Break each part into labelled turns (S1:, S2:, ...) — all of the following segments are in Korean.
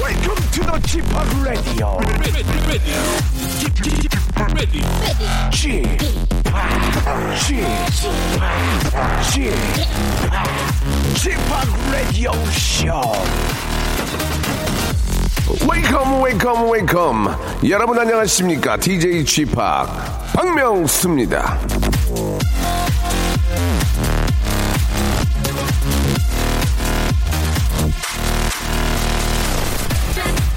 S1: Welcome to the Chip Radio. Chip Chip Chip Radio Show.
S2: 웨이컴 웨이컴 웨이컴 여러분 안녕하십니까 DJ g p 박명수입니다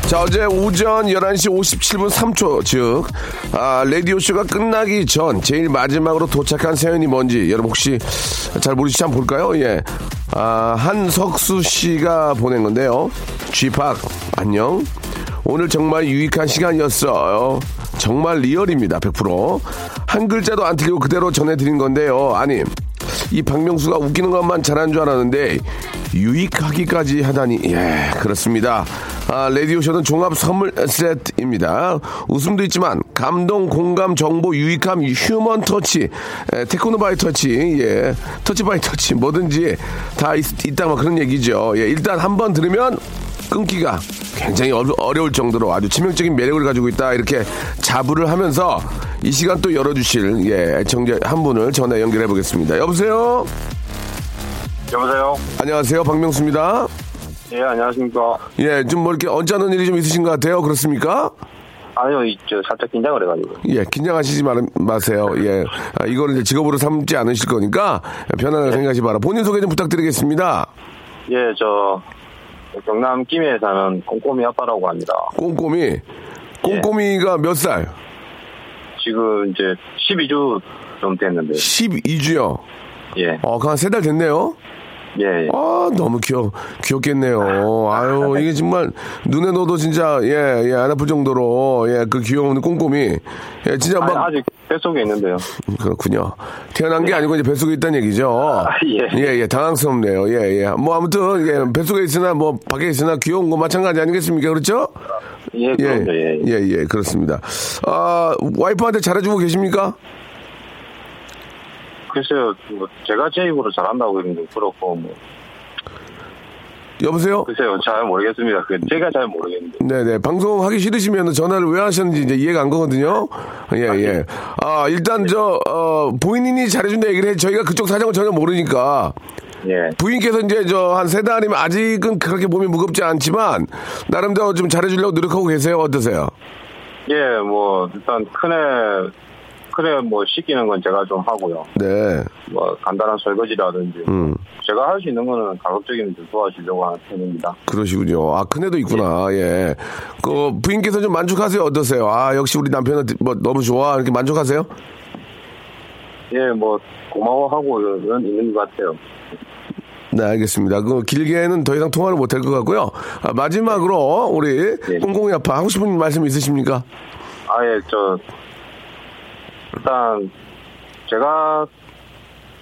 S2: 자 어제 오전 11시 57분 3초 즉 아, 라디오쇼가 끝나기 전 제일 마지막으로 도착한 사연이 뭔지 여러분 혹시 잘 모르시지 한번 볼까요? 예. 아, 한석수 씨가 보낸 건데요. 쥐팍 안녕. 오늘 정말 유익한 시간이었어요. 정말 리얼입니다. 100%한 글자도 안 틀리고 그대로 전해드린 건데요. 아니 이 박명수가 웃기는 것만 잘하는 줄 알았는데 유익하기까지 하다니 예 그렇습니다 아 라디오쇼는 종합 선물 세트입니다 웃음도 있지만 감동 공감 정보 유익함 휴먼 터치 에, 테크노 바이 터치 예 터치 바이 터치 뭐든지 다 있, 있다 뭐 그런 얘기죠 예 일단 한 번 들으면 끊기가 굉장히 어, 려울 정도로 아주 치명적인 매력을 가지고 있다 이렇게 자부를 하면서 이 시간 또 열어주실 예 애청자 한 분을 전화 연결해 보겠습니다. 여보세요.
S3: 여보세요?
S2: 안녕하세요 박명수입니다.
S3: 예, 안녕하십니까.
S2: 예 좀 뭐 이렇게 언짢은 일이 좀 있으신 것 같아요. 그렇습니까?
S3: 아니요, 이- 저 살짝 긴장을 해가지고.
S2: 예 긴장하시지 마, 마세요. 예 아, 이거를 이제 직업으로 삼지 않으실 거니까 편안하게 생각하시 바라. 본인 소개 좀 부탁드리겠습니다.
S3: 예, 저, 경남 김해에 사는 꼼꼼이 아빠라고 합니다.
S2: 꼼꼼히 꼼꼼히가 몇 살?
S3: 지금 이제 12주 좀 됐는데,
S2: 12주요.
S3: 예,
S2: 어, 그 한세 달 됐네요.
S3: 예, 예.
S2: 아 너무 귀여 귀엽겠네요. 아유 이게 정말 눈에 넣어도 진짜 예예안 아플 정도로 예그 귀여운 꼼꼼이 예 진짜 막
S3: 아니, 아직 뱃속에 있는데요.
S2: 그렇군요. 태어난 게 아니고 이제 뱃속에 있다는 얘기죠.
S3: 예.
S2: 예, 예, 당황스럽네요. 예, 예. 뭐 아무튼 예, 뱃속에 있으나 뭐 밖에 있으나 귀여운 거 마찬가지 아니겠습니까? 그렇죠?
S3: 예,
S2: 예,
S3: 그럼요, 예.
S2: 예, 예, 그렇습니다. 아 와이프한테 잘해주고 계십니까?
S3: 글쎄요, 뭐 제가 제 입으로 잘한다고 하긴 좀 그렇고, 뭐,
S2: 여보세요.
S3: 글쎄요, 잘 모르겠습니다. 그, 제가 잘 모르겠는데.
S2: 네네. 방송 하기 싫으시면 전화를 왜 하셨는지 이제 이해가 안 가거든요. 예, 예. 아, 일단 저, 어, 본인이 잘해준다 얘기를 해. 저희가 그쪽 사정을 전혀 모르니까.
S3: 예,
S2: 부인께서 이제 저 한 세 달이면 아직은 그렇게 몸이 무겁지 않지만, 나름대로 좀 잘해주려고 노력하고 계세요. 어떠세요?
S3: 예, 뭐, 일단 큰애, 큰애 뭐, 시키는 건 제가 좀 하고요.
S2: 네.
S3: 뭐 간단한 설거지라든지 뭐
S2: 음.
S3: 제가 할 수 있는 거는 가급적이면 좀 도와주려고 하는 편입니다.
S2: 그러시군요. 아, 큰애도 있구나. 예. 그, 부인께서 좀 만족하세요? 어떠세요? 아, 역시 우리 남편은 뭐 너무 좋아. 이렇게 만족하세요?
S3: 예, 뭐 고마워하고 이런 있는 것 같아요.
S2: 네, 알겠습니다. 그 길게는 더 이상 통화를 못 할 것 같고요. 아, 마지막으로 우리
S4: 네.
S3: 예.
S2: 꽁꽁이 아파 하고 싶은 말씀 있으십니까?
S3: 아예 저 일단 제가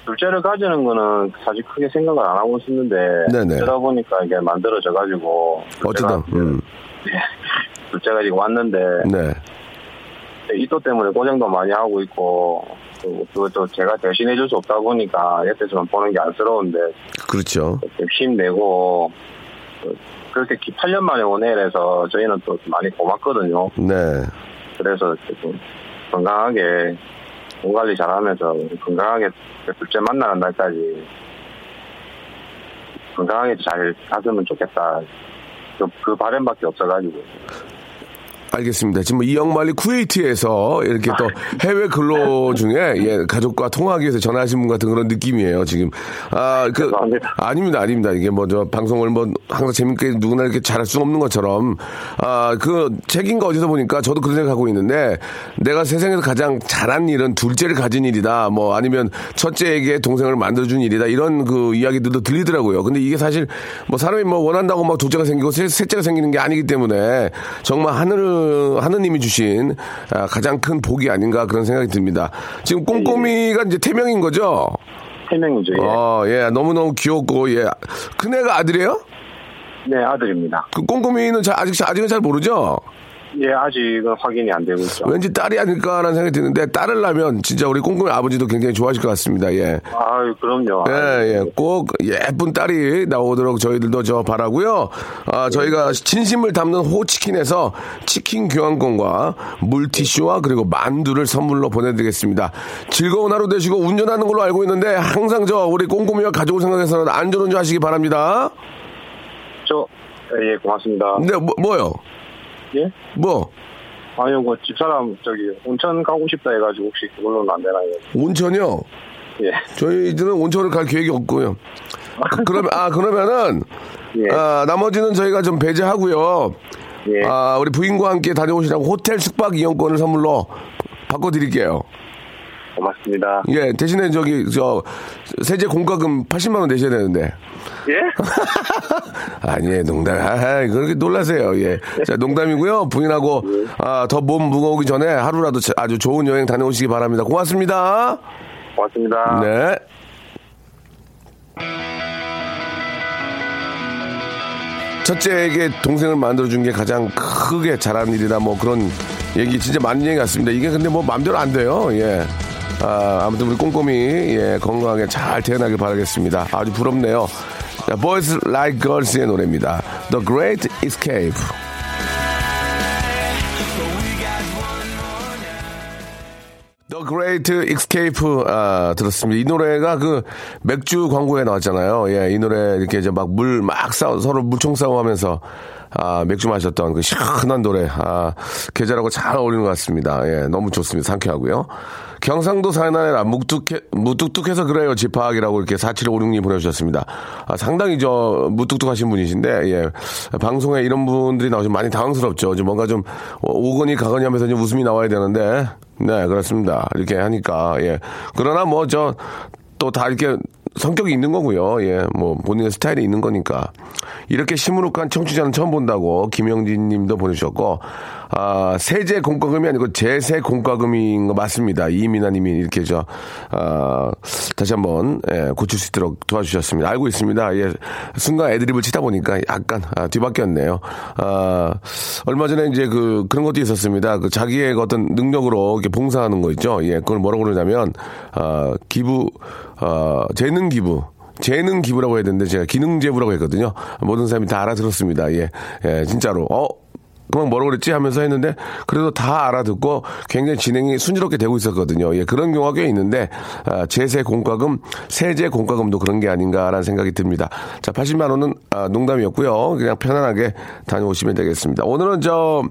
S3: 둘째를 가지는 거는 사실 크게 생각을 안 하고 있었는데
S2: 네네.
S3: 그러다 보니까 이게 만들어져 가지고
S4: 아,
S2: 어쩌다.
S4: 네.
S2: 음.
S3: 둘째가 지금 왔는데
S2: 네.
S3: 이또 때문에 고생도 많이 하고 있고 또 그것도 제가 대신해줄 수 없다 보니까 옆에서만 보는 게 안쓰러운데
S2: 그렇죠.
S3: 좀 힘내고 어, 그렇게 기- 8년 만에 온 애라서 저희는 또 많이 고맙거든요.
S2: 네.
S3: 그래서 이렇게 좀 건강하게 몸 관리 잘하면서 건강하게 둘째 만나는 날까지 건강하게 잘 가으면 좋겠다. 그, 그 바람밖에 없어가지고
S2: 알겠습니다. 지금 뭐 이영만리 쿠웨이트에서 이렇게 또 해외 근로 중에 예, 가족과 통화하기 위해서 전화하신 분 같은 그런 느낌이에요. 지금 아, 그
S4: 죄송합니다.
S2: 아닙니다, 아닙니다. 이게 뭐 저 방송을 뭐 항상 재밌게 누구나 이렇게 잘할 수는 없는 것처럼 아 그 책인가 어디서 보니까 저도 그런 생각하고 있는데 내가 세상에서 가장 잘한 일은 둘째를 가진 일이다. 뭐 아니면 첫째에게 동생을 만들어준 일이다. 이런 그 이야기들도 들리더라고요. 근데 이게 사실 뭐 사람이 뭐 원한다고 막 둘째가 생기고 셋- 셋째가 생기는 게 아니기 때문에 정말 하늘 하느님이 주신 아, 가장 큰 복이 아닌가 그런 생각이 듭니다. 지금 꼼꼼이가 이제 태명인 거죠?
S4: 세 명이죠. 예.
S2: 어, 예, 너무너무 귀엽고, 예. 큰애가 아들이에요?
S4: 네, 아들입니다.
S2: 그 꼼꼼이는 잘, 아직, 아직은 잘 모르죠?
S4: 예, 아직은 확인이 안 되고 있죠.
S2: 왠지 딸이 아닐까라는 생각이 드는데, 딸을 낳으면 진짜 우리 꼼꼼이 아버지도 굉장히 좋아하실 것 같습니다, 예.
S4: 아유, 그럼요.
S2: 예, 예. 꼭 예쁜 딸이 나오도록 저희들도 저 바라고요 아, 저희가 진심을 담는 호치킨에서 치킨 교환권과 물티슈와 그리고 만두를 선물로 보내드리겠습니다. 즐거운 하루 되시고 운전하는 걸로 알고 있는데, 항상 저 우리 꼼꼼이와 가족을 생각해서는 안전운전 하시기 바랍니다.
S4: 저, 예, 고맙습니다.
S2: 근데 뭐, 뭐요?
S4: 예?
S2: 뭐
S4: 아니요, 그 집사람, 저기, 온천 가고 싶다 해가지고 혹시 그걸로는 안 되나요?
S2: 온천이요?
S4: 예.
S2: 저희들은 온천을 갈 계획이 없고요. 그- 그러면 아 그러면은
S4: 예.
S2: 아, 나머지는 저희가 좀 배제하고요.
S4: 예.
S2: 아 우리 부인과 함께 다녀오시라고 호텔 숙박 이용권을 선물로 바꿔드릴게요.
S4: 고맙습니다.
S2: 예 대신에 저기 저 세제 공과금 80만 원 내셔야 되는데
S4: 예?
S2: 아니에요 농담 아 그렇게 놀라세요 예자 농담이고요 부인하고 아, 더 몸 무거우기 전에 하루라도 아주 좋은 여행 다녀오시기 바랍니다 고맙습니다.
S4: 고맙습니다.
S2: 네. 첫째에게 동생을 만들어준 게 가장 크게 잘한 일이다 뭐 그런 얘기 진짜 많은 얘기 같습니다. 이게 근데 뭐 마음대로 안 돼요. 예. 아, 아무튼 우리 꼼꼼히 예, 건강하게 잘 태어나길 바라겠습니다. 아주 부럽네요. 자, Boys Like Girls의 노래입니다. The Great Escape. The Great Escape 아, 들었습니다. 이 노래가 그 맥주 광고에 나왔잖아요. 예, 이 노래 이렇게 이제 막 물 막 싸우 서로 물총 싸움하면서 아, 맥주 마셨던 그 시원한 노래. 아, 계절하고 잘 어울리는 것 같습니다. 예, 너무 좋습니다. 상쾌하고요. 경상도 사나이라 무뚝해, 무뚝뚝해서 그래요. 집학이라고 이렇게 4756님 보내주셨습니다. 아, 상당히 저 무뚝뚝하신 분이신데, 예. 방송에 이런 분들이 나오시면 많이 당황스럽죠. 이제 뭔가 좀 오거니 가거니 하면서 좀 웃음이 나와야 되는데, 네, 그렇습니다. 이렇게 하니까, 예. 그러나 뭐, 저, 또 다 이렇게 성격이 있는 거고요. 예, 뭐, 본인의 스타일이 있는 거니까. 이렇게 시무룩한 청취자는 처음 본다고 김영진 님도 보내주셨고, 아, 세제 공과금이 아니고 재세 공과금인 거 맞습니다. 이민아 님이 이렇게 저, 아, 다시 한 번, 예, 고칠 수 있도록 도와주셨습니다. 알고 있습니다. 예, 순간 애드립을 치다 보니까 약간, 아, 뒤바뀌었네요. 아, 얼마 전에 이제 그, 그런 것도 있었습니다. 그 자기의 그 어떤 능력으로 이렇게 봉사하는 거 있죠. 예, 그걸 뭐라고 그러냐면, 아, 기부, 어, 재능 기부. 재능 기부라고 해야 되는데 제가 기능 제부라고 했거든요. 모든 사람이 다 알아들었습니다. 예, 예, 진짜로. 어? 그만 뭐라고 그랬지 하면서 했는데 그래도 다 알아듣고 굉장히 진행이 순조롭게 되고 있었거든요. 예, 그런 경우가 꽤 있는데 아, 제세 공과금, 세제 공과금도 그런 게 아닌가라는 생각이 듭니다. 자, 80만 원은 아, 농담이었고요. 그냥 편안하게 다녀오시면 되겠습니다. 오늘은 저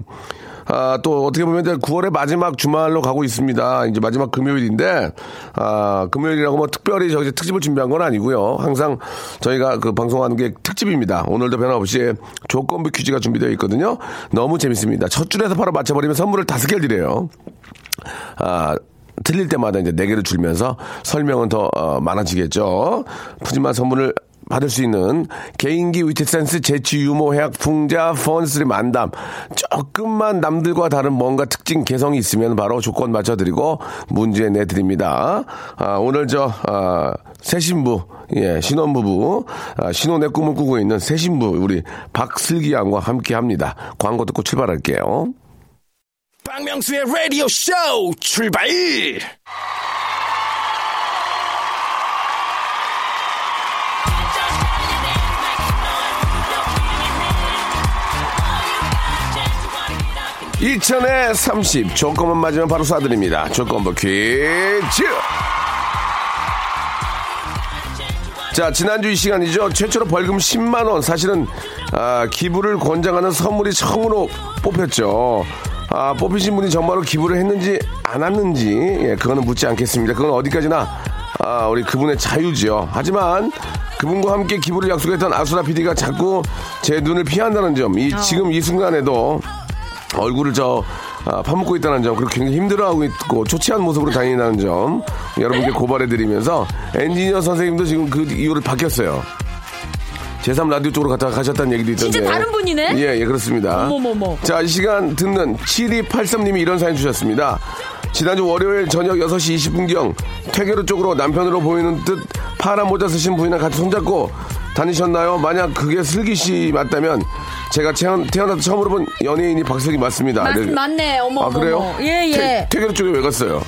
S2: 아, 또 어떻게 보면 이제 9월의 마지막 주말로 가고 있습니다. 이제 마지막 금요일인데, 아, 금요일이라고 뭐 특별히 저희 특집을 준비한 건 아니고요. 항상 저희가 그 방송하는 게 특집입니다. 오늘도 변함없이 조건부 퀴즈가 준비되어 있거든요. 너무 재밌습니다. 첫 줄에서 바로 맞춰버리면 선물을 다섯 개를 드려요. 아, 틀릴 때마다 이제 네개를 줄면서 설명은 더 어, 많아지겠죠. 푸짐한 선물을 받을 수 있는 개인기 위트센스 재치 유머 해학 풍자 펀스리 만담 조금만 남들과 다른 뭔가 특징 개성이 있으면 바로 조건 맞춰드리고 문제 내드립니다. 아, 오늘 저 아, 새신부 예 신혼부부 아, 신혼의 꿈을 꾸고 있는 새신부 우리 박슬기 양과 함께합니다. 광고 듣고 출발할게요.
S5: 박명수의 라디오 쇼 출발!
S2: 이천에 30 조건만 맞으면 바로 쏴드립니다. 조건부 퀴즈. 자 지난주 이 시간이죠. 최초로 벌금 10만 원 사실은 아, 기부를 권장하는 선물이 처음으로 뽑혔죠. 아, 뽑히신 분이 정말로 기부를 했는지 안 했는지 예, 그거는 묻지 않겠습니다. 그건 어디까지나 아, 우리 그분의 자유지요. 하지만 그분과 함께 기부를 약속했던 아수라 PD가 자꾸 제 눈을 피한다는 점, 이 지금 이 순간에도 얼굴을 저 아, 파묻고 있다는 점, 그리고 굉장히 힘들어하고 있고 초췌한 모습으로 다닌다는 점 여러분께 고발해드리면서 엔지니어 선생님도 지금 그 이유를 바뀌었어요. 제3 라디오 쪽으로 갔다 가셨다는 얘기도 있던데.
S6: 진짜 다른 분이네?
S2: 예, 예, 그렇습니다.
S6: 어머머머.
S2: 자, 이 시간 듣는 7283님이 이런 사연 주셨습니다. 지난주 월요일 저녁 6시 20분경 퇴계로 쪽으로 남편으로 보이는 듯 파란 모자 쓰신 분이랑 같이 손잡고 다니셨나요? 만약 그게 슬기 씨 맞다면 제가 태어나, 태어나서 처음으로 본 연예인이 박슬기 맞습니다.
S6: 맞,
S2: 네.
S6: 맞네. 어머,
S2: 아, 그래요?
S6: 어머. 예, 예.
S2: 퇴, 계로 쪽에 왜 갔어요?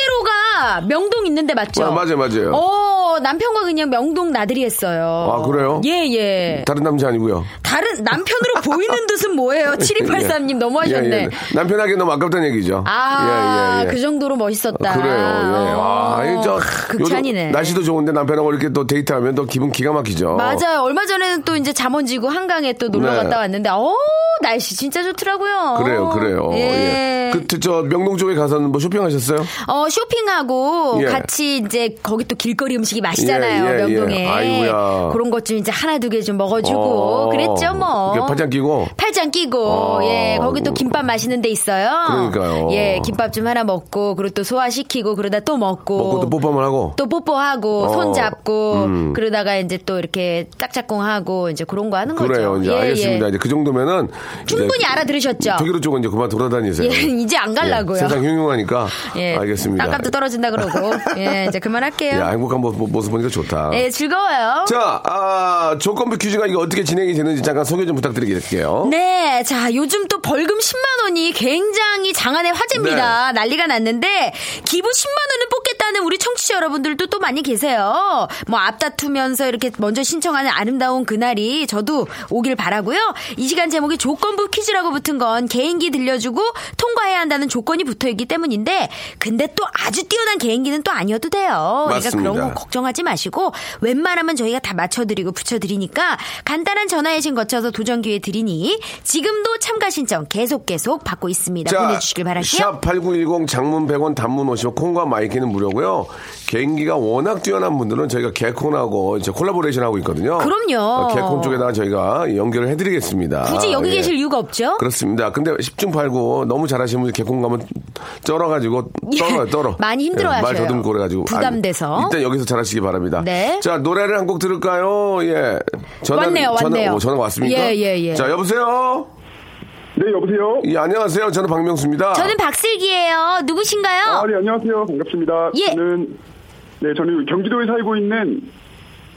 S6: 퇴계로가 명동 있는데 맞죠?
S2: 아, 맞아요, 맞아요.
S6: 어, 남편과 그냥 명동 나들이 했어요.
S2: 아, 그래요?
S6: 예, 예.
S2: 네. 다른 남자 아니고요.
S6: 다른, 남편으로 보이는 듯은 뭐예요? 7283님 너무하셨네.
S2: 예, 예. 남편에게 너무 아깝다는 얘기죠. 예,
S6: 아, 그 정도로 멋있었다.
S2: 그래요. 예. 아,
S6: 어,
S2: 이저
S6: 극찬이네.
S2: 요즘 날씨도 좋은데 남편하고 이렇게 또 데이트하면 또 기분 기가 막히죠.
S6: 맞아요. 얼마 전에는 또 이제 잠원지구 한강에 또 놀러
S2: 그렇죠. 네.
S6: 갔다 왔는데, 어 날씨 진짜 좋더라고요.
S2: 그래요, 그래요.
S6: 예.
S2: 예. 그, 저, 저 명동 쪽에 가서는 뭐 쇼핑하셨어요?
S6: 어, 쇼핑하고
S2: 예.
S6: 같이 이제 거기 또 길거리 음식이 맛있잖아요.
S2: 예, 예, 예.
S6: 명동에.
S2: 아이고야.
S6: 그런 것 좀 이제 하나 두 개 좀 먹어주고
S2: 어,
S6: 그랬죠 뭐.
S2: 이렇게 팔짱 끼고.
S6: 팔짱 끼고
S2: 어.
S6: 예 거기 또 김밥 맛있는 데 있어요.
S2: 그러니까요.
S6: 예 김밥 좀 하나 먹고 그리고 또 소화시키고 그러다 또 먹고.
S2: 먹고 또 뽀뽀만 하고.
S6: 또 뽀뽀하고
S2: 어.
S6: 손 잡고
S2: 음.
S6: 그러다가 이제 또 이렇게 짝짝꿍하고 이제 그런 거 하는
S2: 그래요.
S6: 거죠.
S2: 이제
S6: 예,
S2: 알겠습니다.
S6: 예.
S2: 이제 그 정도면은.
S6: 충분히
S2: 이제
S6: 알아들으셨죠.
S2: 독일로 쪽은 이제 그만 돌아다니세요.
S6: 예, 이제 안 갈라고요.
S2: 예, 세상 흉흉하니까.
S6: 예,
S2: 알겠습니다.
S6: 땅값도 떨어진다 그러고 예 이제
S2: 예,
S6: 그만할게요.
S2: 행복한 모- 모습 보니까 좋다.
S6: 예 즐거워요.
S2: 아. 자, 아, 조건부 퀴즈가 이거 어떻게 진행이 되는지 잠깐 소개 좀 부탁드릴게요.
S6: 네, 자 요즘 또 벌금 10만 원이 굉장히 장안의 화제입니다. 난리가 났는데 기부 10만 원을 뽑겠다는 우리 청취자 여러분들도 또 많이 계세요. 뭐 앞다투면서 이렇게 먼저 신청하는 아름다운 그날이 저도 오길 바라고요. 이 시간 제목이 조건부 퀴즈라고 붙은 건 개인기 들려주고 통과해야 한다는 조건이 붙어 있기 때문인데 근데 또 아주 뛰어난 개인기는 또 아니어도 돼요. 그러니까
S2: 맞습니다.
S6: 그런 거 걱정하지 마시고 웬만하면 저희가 다 맞춰드리고 붙여드리니까 간단한 전화예신 거쳐서 도전 기회 드리니 지금도 참가 신청 계속 계속 받고 있습니다. 네, 보내주시길 바랄게요.
S2: 샵8910 장문 100원 단문 50원 콩과 마이키는 무료고요. 개인기가 워낙 뛰어난 분들은 저희가 개콘하고 이제 콜라보레이션 하고 있거든요.
S6: 그럼요.
S2: 어, 개콘 쪽에다가 저희가 연결을 해드리겠습니다.
S6: 굳이 여기
S2: 예.
S6: 계실 이유가 없죠?
S2: 그렇습니다. 근데 10중 8구 너무 잘하시는 분이 개콘 가면 쩔어가지고 떨어요,
S6: 예,
S2: 떨어.
S6: 많이 힘들어
S2: 말
S6: 하셔요.
S2: 더듬고 그래가지고.
S6: 부담돼서.
S2: 아니, 일단 여기서 잘하시기 바랍니다.
S6: 네.
S2: 자, 노래를 한 곡 들을까요? 예. 전화,
S6: 왔네요, 왔네요.
S2: 전화, 오, 전화 왔습니까?
S6: 예, 예, 예.
S2: 자, 여보세요?
S7: 네, 여보세요?
S2: 예, 안녕하세요. 저는 박명수입니다.
S6: 저는 박슬기예요.
S7: 아,
S6: 누구신가요?
S7: 네, 안녕하세요. 반갑습니다.
S6: 예.
S7: 저는, 네, 저는 경기도에 살고 있는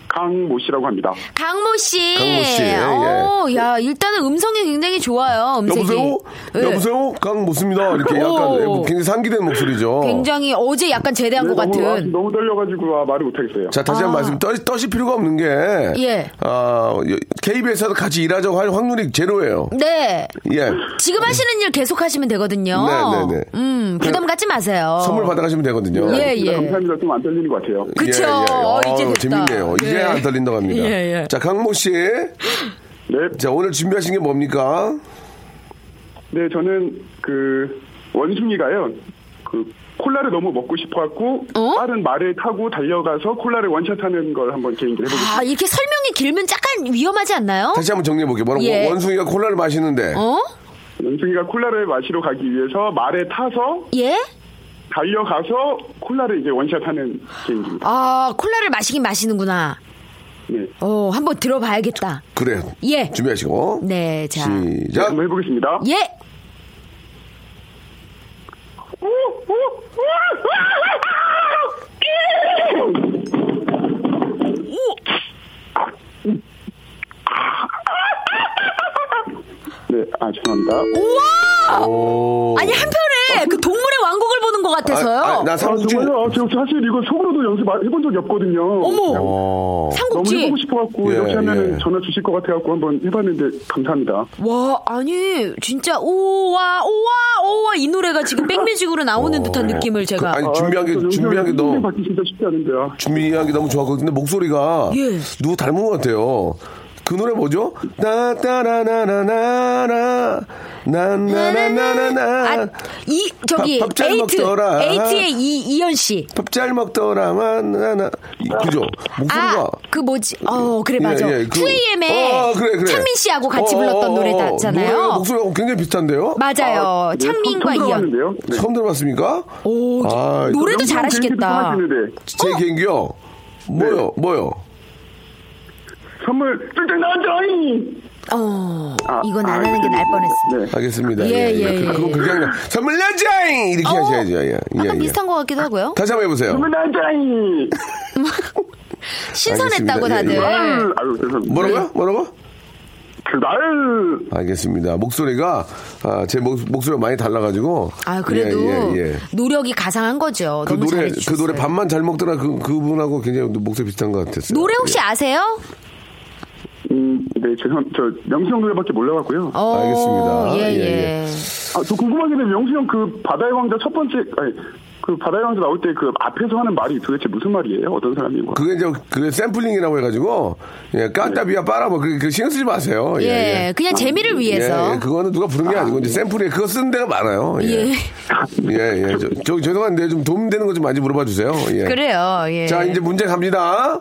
S7: 강모 씨라고 합니다.
S6: 강모 씨.
S2: 강모 씨, 예,
S6: 오, 야 일단은 음성이 굉장히 좋아요. 음색이.
S2: 여보세요?
S6: 예.
S2: 여보세요? 강모습니다. 이렇게 약간 네, 뭐
S6: 오.
S2: 굉장히 상기된 목소리죠.
S6: 굉장히 어제 약간 제대한
S7: 네,
S6: 것
S7: 너무, 아,
S6: 같은.
S7: 너무 떨려가지고 아, 말을 못하겠어요.
S2: 자, 다시 한 번 말씀. 떠, 떠실 필요가 없는 게.
S6: 예.
S2: 아, KBS에서 같이 일하자고 할 확률이 제로예요.
S6: 네.
S2: 예.
S6: 지금 하시는 일 계속 하시면 되거든요.
S2: 네, 네, 네.
S6: 음, 부담 갖지 마세요.
S2: 선물 받아가시면 되거든요.
S6: 어. 예,
S7: 네, 진짜
S6: 예.
S7: 감사합니다. 좀 안 떨리는 것 같아요.
S6: 그쵸.
S2: 예, 예.
S6: 어, 이제
S2: 어우,
S6: 됐다.
S2: 재밌네요. 이제
S6: 예.
S2: 안 떨린다고 합니다.
S6: 예, 예.
S2: 자, 강모 씨.
S7: 네,
S2: 자, 오늘 준비하신 게 뭡니까?
S7: 네, 저는 그 원숭이가요. 그 콜라를 너무 먹고 싶어갖고
S6: 어?
S7: 빠른 말을 타고 달려가서 콜라를 원샷하는 걸 한번 개인기를 해보겠습니다.
S6: 아, 이렇게 설명이 길면 약간 위험하지 않나요?
S2: 다시 한번 정리해볼게요. 뭐라고?
S6: 예.
S2: 원숭이가 콜라를 마시는데.
S6: 어?
S7: 원숭이가 콜라를 마시러 가기 위해서 말에 타서
S6: 예?
S7: 달려가서 콜라를 이제 원샷하는 개인기입니다.
S6: 아, 콜라를 마시긴 마시는구나.
S2: 예.
S7: 네,
S6: 어, 한번 들어봐야겠다.
S2: 그래.
S6: 예.
S2: 준비하시고.
S6: 네, 자.
S2: 시작.
S7: 한번 해보겠습니다.
S6: 예?
S7: 네, 아 죄송합니다.
S2: 오.
S6: 아. 아니, 예. 한편에 그 동물의 왕국을 보는 것 같아서요.
S2: 아, 아, 나
S7: 아,
S2: 삼국지.
S7: 정말요? 아, 제가 사실 이거 속으로도 연습 안- 해본 적이 없거든요.
S6: 어머,
S2: 어.
S7: 너무
S6: 삼국지.
S7: 해보고 싶어갖고
S2: 예,
S7: 이렇게 하면
S2: 예.
S7: 은 전화 주실 것 같아갖고 한번 해봤는데 감사합니다.
S6: 와, 아니, 진짜, 오와, 오와, 오와, 이 노래가 지금 백뮤직으로 나오는 듯한 느낌을 제가. 어,
S2: 어, 그, 아니 준비한 게
S7: 아,
S2: 준비한 게
S7: 선생님
S2: 너무
S7: 받기 진짜 쉽지 않은데요.
S2: 준비한 게 너무 좋았거든요. 근데 목소리가
S6: 예.
S2: 누구 닮은 것 같아요. 그 노래 뭐죠? 따따라나나나나
S6: 아,
S2: 나나나나나나
S6: 이 저기
S2: 밥- 밥잘
S6: 에이트
S2: 먹더라.
S6: 에이트의 이 이현 씨.
S2: 밥 잘 먹더라만 나나 그죠? 목소리가
S6: 아, 그 뭐지? 어, 그래 맞아.
S2: 예, 예, 그-
S6: 2AM의
S2: 어, 그래, 그래.
S6: 창민 씨하고 같이
S2: 어,
S6: 불렀던
S2: 어, 어,
S6: 노래 나잖아요.
S2: 노래 목소리가 어, 굉장히 비슷한데요?
S6: 맞아요.
S7: 네,
S6: 창민과
S7: 처음- 처음
S6: 이현.
S7: 들어봤는데요? 네.
S2: 처음 들어봤습니까? 오, 아,
S6: 노래도 어.
S7: 명품
S6: 잘하시겠다.
S7: 개인기도 하시는데
S2: 제 개인기요? 뭐요? 뭐요?
S7: 선물 쫄쫄 나왔더니
S6: 어,
S7: 아,
S6: 이건 안
S7: 아,
S6: 하는 게 날 뻔했어.
S7: 네.
S2: 알겠습니다.
S6: 예, 예, 예.
S2: 그, 건 그냥 선물 나자잉 이렇게
S6: 어,
S2: 하셔야죠. 예, 예,
S6: 약간
S2: 예.
S6: 비슷한 것 같기도 하고요.
S2: 다시 한번 해보세요.
S7: 선물 나왔더니
S6: 신선했다고
S2: 아, 알겠습니다. 예, 음.
S6: 다들.
S7: 아유 아유 죄송합니다. 네.
S2: 뭐라고요? 뭐라고?
S7: 그날
S2: 알겠습니다. 목소리가 아, 제 목, 목소리가 많이 달라가지고.
S6: 아 그래도
S2: 예, 예, 예.
S6: 노력이 가상한 거죠.
S2: 그
S6: 너무
S2: 노래 그
S6: 잘해주셨어요.
S2: 노래 밥만 잘 먹더라 그 그분하고 굉장히 목소리 비슷한 것 같았어요.
S6: 노래 혹시 아세요?
S7: 음네 죄송 저 명수 형 노래밖에 몰라갖고요.
S6: 어,
S2: 알겠습니다.
S6: 예,
S2: 예,
S6: 예.
S2: 예.
S7: 아 저 궁금한 게 명수 형 그 바다의 왕자 첫 번째 아니 그 바다의 왕자 나올 때 그 앞에서 하는 말이 도대체 무슨 말이에요? 어떤 사람이고?
S2: 그게 이제 그 샘플링이라고 해가지고 예, 까따비아 빨아 뭐 그, 그 신경 쓰지 마세요.
S6: 예, 그냥 재미를 위해서. 네.
S2: 예, 예, 그거는 누가 부른 게 아니고 이제 샘플이 그거 쓴 데가 많아요. 예.
S6: 예.
S2: 예, 예. 저, 저 죄송한데 좀 도움되는 거 좀 많이 물어봐 주세요. 예.
S6: 그래요. 예.
S2: 자, 이제 문제 갑니다.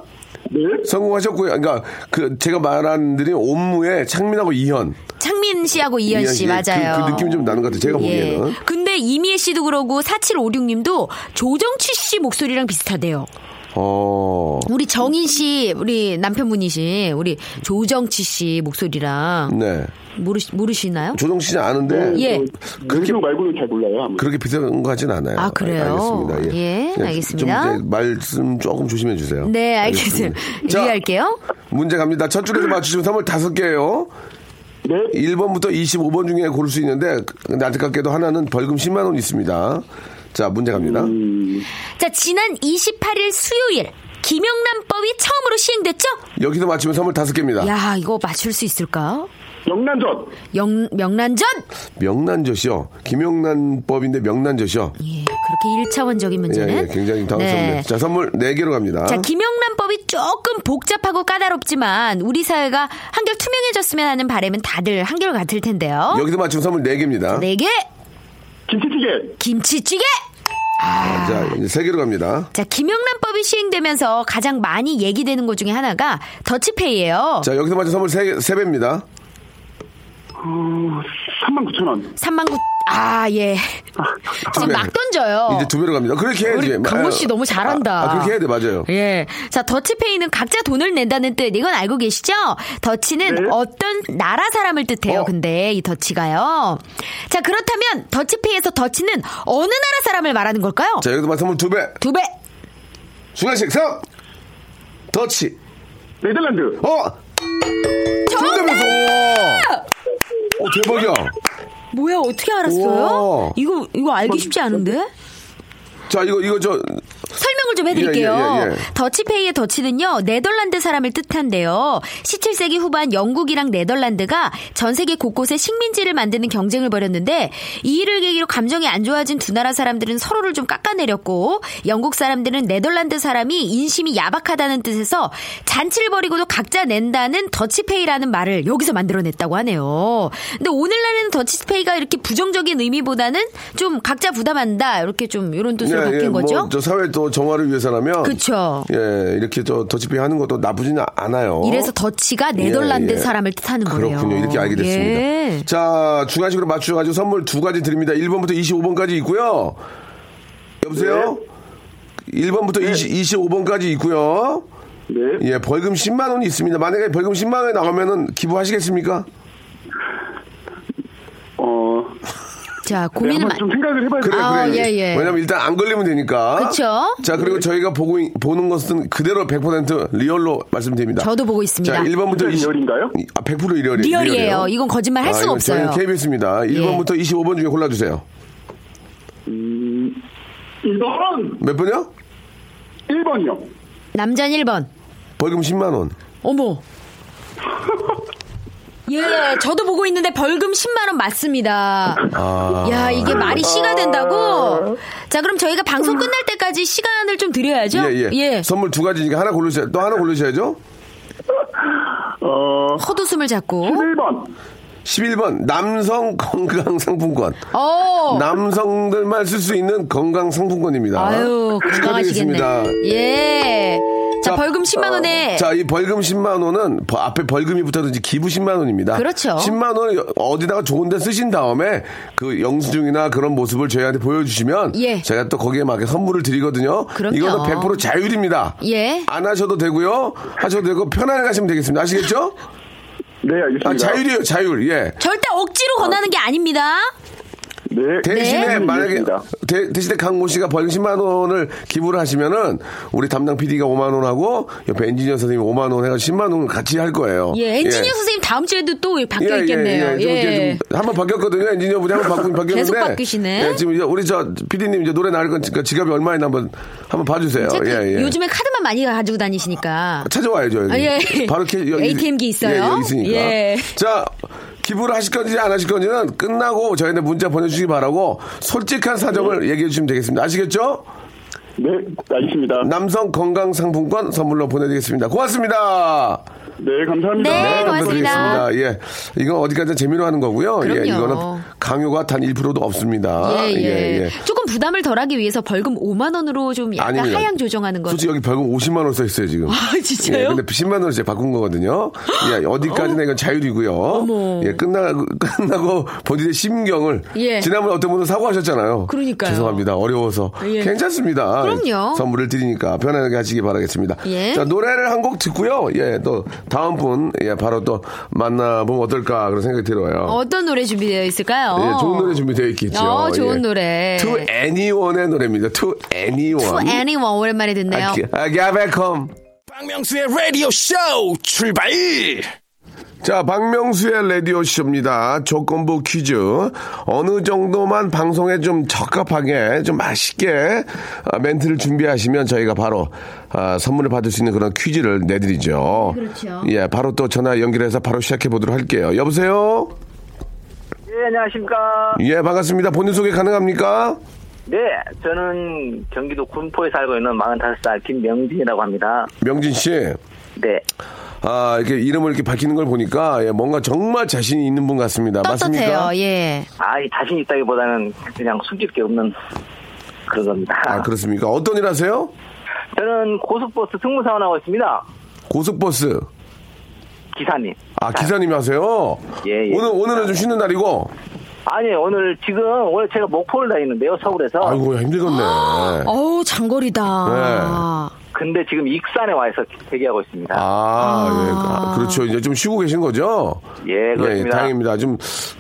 S2: 성공하셨고요. 그러니까 그 제가 말한 들이 옴무의 창민하고 이현.
S6: 창민 씨하고 이현 씨
S2: 예,
S6: 맞아요.
S2: 그, 그 느낌이 좀 나는 것 같아요. 제가
S6: 예.
S2: 보기에는.
S6: 근데 이미혜 씨도 그러고 4756님도 조정치 씨 목소리랑 비슷하대요.
S2: 어.
S6: 우리 정인 씨, 우리 남편분이신 우리 조정치 씨 목소리랑
S2: 네.
S6: 모르시, 모르시나요?
S2: 조정 씨는 아는데
S6: 예.
S7: 명수 형 말고는 잘 몰라요. 아마.
S2: 그렇게 비슷한 것 같진 않아요.
S6: 아, 그래요?
S2: 알겠습니다.
S6: 예,
S2: 그냥
S6: 알겠습니다.
S2: 좀 이제 말씀 조금 조심해 주세요.
S6: 네, 알겠습니다.
S2: 자,
S6: 이해할게요.
S2: 문제 갑니다. 첫 줄에서 맞추시면 선물 다섯 개예요.
S7: 네.
S2: 1번부터 25번 중에 고를 수 있는데 근데 안타깝게도 하나는 벌금 10만 원 있습니다. 자, 문제 갑니다.
S6: 자, 지난 28일 수요일 김영란법이 처음으로 시행됐죠?
S2: 여기서 맞추면 선물 다섯 개입니다.
S6: 야, 이거 맞출 수 있을까?
S7: 영란젓
S6: 영, 명란전?
S2: 명란젓이요. 김영란법인데 명란젓이요.
S6: 예, 그렇게 1차원적인
S2: 예,
S6: 문제는.
S2: 예, 굉장히 당황스럽네요.
S6: 네.
S2: 자, 선물 네개로 갑니다.
S6: 자, 김영란법이 조금 복잡하고 까다롭지만 우리 사회가 한결 투명해졌으면 하는 바람은 다들 한결 같을 텐데요.
S2: 여기서 맞추면 선물 네개입니다
S6: 어? 네 개
S7: 김치찌개
S6: 김치찌개.
S2: 자, 이제 세개로 갑니다.
S6: 자, 김영란법이 시행되면서 가장 많이 얘기되는 것 중에 하나가 더치페이예요.
S2: 자, 여기서 맞추면 선물 세세배입니다
S7: 3만 9천 원.
S6: 3만 9 아, 예. 지금
S2: 그래.
S6: 막 던져요.
S2: 네. 이제 두배로 갑니다. 그렇게 해야지.
S6: 어. 우리 강모 씨 너무 잘한다.
S2: 아, 아, 그렇게 해야 돼, 맞아요.
S6: 예. 자, 더치페이는 각자 돈을 낸다는 뜻, 이건 알고 계시죠? 더치는 어떤 나라 사람을 뜻해요,
S2: 네. 어.
S6: 근데, 이 더치가요. 자, 그렇다면, 더치페이에서 더치는 어느 나라 사람을 말하는 걸까요?
S2: 자, 여기서 맞추면 선물 두배
S6: 두 배.
S2: 중간식 3! 더치!
S7: 네덜란드
S2: 어! 정답이었어! 우와. 어, 대박이야.
S6: 뭐야, 어떻게 알았어요?
S2: 우와. 뭐,
S6: 이거, 이거 알기 쉽지 않은데?
S2: 자, 이거, 이거 저,
S6: 설명을 좀 해드릴게요.
S2: 예, 예, 예, 예.
S6: 더치페이의 더치는요 네덜란드 사람을 뜻한데요. 17세기 후반 영국이랑 네덜란드가 전 세계 곳곳에 식민지를 만드는 경쟁을 벌였는데 이 일을 계기로 감정이 안 좋아진 두 나라 사람들은 서로를 좀 깎아내렸고 영국 사람들은 네덜란드 사람이 인심이 야박하다는 뜻에서 잔치를 벌이고도 각자 낸다는 더치페이라는 말을 여기서 만들어냈다고 하네요. 근데 오늘날에는 더치페이가 이렇게 부정적인 의미보다는 좀 각자 부담한다 이렇게 좀 이런 뜻으로
S2: 예,
S6: 바뀐
S2: 예,
S6: 거죠?
S2: 뭐, 저 사회 또 정화를 위해서라면.
S6: 그쵸.
S2: 예, 이렇게 저 더치페이 하는 것도 나쁘지는 않아요.
S6: 이래서 더치가 네덜란드
S2: 어? 예, 예.
S6: 사람을 뜻하는 거예요.
S2: 그렇군요. 이렇게 알게 됐습니다.
S6: 음, 예.
S2: 자, 중간식으로 맞추셔가지고 선물 두 가지 드립니다. 1번부터 25번까지 있고요. 여보세요? 1번부터 20, 25번까지 있고요.
S7: 네.
S2: 예, 벌금 10만 원이 있습니다. 만약에 벌금 10만 원이 나오면은 기부하시겠습니까?
S7: 어
S6: 자,
S7: 네,
S6: 고민을
S7: 한번
S6: 많이.
S7: 좀 생각을 해봐야
S2: 그래,
S7: 돼요.
S6: 아,
S2: 그래.
S6: 예, 예.
S2: 왜냐면 일단 안 걸리면 되니까.
S6: 그쵸?
S2: 자, 그리고 저희가 보고, 이- 보는 것은 그대로 100% 리얼로 말씀드립니다.
S6: 저도 보고 있습니다.
S2: 자, 1번부터 20.
S7: 리얼인가요?
S2: 아, 100% 리얼이에요.
S6: 리얼이에요. 이건 거짓말 할
S2: 아,
S6: 수가
S2: 이건
S6: 없어요. 예.
S2: 저희는 KBS입니다. 1번부터 25번 중에 골라주세요.
S7: 이건
S2: 몇 번이요?
S7: 1번이요.
S6: 남자 1번.
S2: 벌금 10만 원.
S6: 어머. 예, 저도 보고 있는데 벌금 10만 원 맞습니다.
S2: 아.
S6: 야, 이게 말이 씨가
S7: 아.
S6: 된다고. 자, 그럼 저희가 방송 끝날 때까지 시간을 좀 드려야죠. 예.
S2: 예, 예. 선물 두 가지니까 하나 고르셔야, 또 하나 고르셔야죠?
S7: 어,
S6: 헛웃음을 잡고.
S7: 11번.
S2: 11번 남성 건강 상품권.
S6: 어.
S2: 남성들만 쓸 수 있는 건강 상품권입니다.
S6: 아유, 건강하시겠네.
S2: 축하드리겠습니다.
S6: 예. 자, 벌금 10만
S2: 어,
S6: 원에
S2: 자, 이 벌금 10만 원은 버- 앞에 벌금이 붙어든지 기부 10만 원입니다.
S6: 그렇죠.
S2: 10만 원을 어디다가 좋은 데 쓰신 다음에 그 영수증이나 그런 모습을 저희한테 보여주시면
S6: 예.
S2: 제가 또 거기에 맞게 선물을 드리거든요.
S6: 그럼요.
S2: 이거는 100% 자율입니다.
S6: 예.
S2: 안 하셔도 되고요. 하셔도 되고 편안하게 하시면 되겠습니다. 아시겠죠?
S7: 네, 알겠습니다.
S2: 아, 자율이에요, 자율. 예.
S6: 절대 억지로 권하는 게 아닙니다.
S7: 네.
S2: 대신에
S7: 네.
S2: 만약에
S7: 알겠습니다.
S2: 대, 대신에 강모 씨가 벌금 10만 원을 기부를 하시면은 우리 담당 PD가 5만 원하고 옆에 엔지니어 선생님이 5만 원 해가 지고 10만 원을 같이 할 거예요.
S6: 예, 엔지니어
S2: 예.
S6: 선생님 다음 주에도 또
S2: 예,
S6: 바뀌어 있겠네요.
S2: 예, 예. 좀
S6: 예.
S2: 이렇게 좀 한번 바뀌었거든요. 엔지니어 분이 한번 바꾸긴 바뀌었는데.
S6: 계속 바뀌시네.
S2: 예, 지금 이제 우리 저 PD님 이제 노래 나올 건 지- 지갑이 얼마나 한번 한번 봐주세요.
S6: 체크,
S2: 예, 예.
S6: 그 요즘에 카드만 많이 가지고 다니시니까.
S2: 찾아와야죠. 여기.
S6: 아, 예.
S2: 바로 캐, 여기,
S6: ATM 기 있어요?
S2: 예, 여기 있으니까.
S6: 예.
S2: 자, 기부를 하실 건지 안 하실 건지는 끝나고 저희한테 문자 보내주시기 바라고 솔직한 사정을
S6: 예.
S2: 얘기해 주시면 되겠습니다. 아시겠죠?
S7: 네, 알겠습니다.
S2: 남성 건강 상품권 선물로 보내드리겠습니다. 고맙습니다.
S7: 네, 감사합니다.
S6: 네, 고맙습니다.
S2: 감사드리겠습니다. 예. 이건 어디까지나 재미로 하는 거고요. 예.
S6: 그럼요.
S2: 이거는 강요가 단 1%도 없습니다.
S6: 예, 예, 조금 부담을 덜하기 위해서 벌금 5만 원으로 좀 약간
S2: 아닙니다.
S6: 하향 조정하는 거.
S2: 솔직히 여기 벌금 50만 원 써 있어요 지금.
S6: 아, 진짜요?
S2: 예, 근데 10만 원을 제가 바꾼 거거든요. 예, 어디까지나 이건 자율이고요. 예, 끝나고 끝나고 본인의 심경을
S6: 예.
S2: 지난번에 어떤 분은 사과하셨잖아요.
S6: 그러니까요.
S2: 죄송합니다. 어려워서
S6: 예.
S2: 괜찮습니다.
S6: 그럼요.
S2: 선물을 드리니까 편안하게 하시기 바라겠습니다.
S6: 예.
S2: 자 노래를 한 곡 듣고요. 예, 또 다음 분 예, 바로 또 만나보면 어떨까 그런 생각이 들어요.
S6: 어떤 노래 준비되어 있을까요?
S2: 예, 좋은 노래 준비되어 있겠죠.
S6: 어, 좋은
S2: 예.
S6: 노래.
S2: To Anyone의 노래입니다. To Anyone.
S6: To anyone 오랜만에 듣네요.
S2: 아, get back home.
S5: 박명수의 라디오 쇼 출발!
S2: 자, 박명수의 라디오쇼입니다. 조건부 퀴즈. 어느 정도만 방송에 좀 적합하게, 좀 맛있게 아, 멘트를 준비하시면 저희가 바로 아, 선물을 받을 수 있는 그런 퀴즈를 내드리죠.
S6: 그렇죠.
S2: 예, 바로 또 전화 연결해서 바로 시작해 보도록 할게요. 여보세요?
S3: 네, 안녕하십니까.
S2: 예, 반갑습니다. 본인 소개 가능합니까?
S3: 네, 저는 경기도 군포에 살고 있는 45살 김명진이라고 합니다.
S2: 명진 씨.
S3: 네,
S2: 아, 이렇게 이름을 이렇게 밝히는 걸 보니까 예, 뭔가 정말 자신이 있는 분 같습니다.
S6: 떳떳해요.
S2: 맞습니까?
S6: 예.
S3: 아, 이 자신 있다기보다는 그냥 숨길 게 없는 그런 겁니다.
S2: 아, 그렇습니까? 어떤 일 하세요?
S3: 저는 고속버스 승무사원 하고 있습니다.
S2: 고속버스.
S3: 기사님.
S2: 아, 기사님이 하세요?
S3: 예, 예.
S2: 오늘, 오늘은 좀 쉬는 날이고.
S3: 아니, 오늘 지금, 오늘 제가 목포를 다니는데요, 서울에서.
S2: 아이고, 힘들겠네.
S6: 어우, 장거리다.
S3: 근데 지금 익산에 와 있어 대기하고 있습니다.
S2: 아, 예. 아, 그렇죠. 이제 좀 쉬고 계신 거죠?
S3: 예, 그렇습니다.
S2: 다행입니다. 좀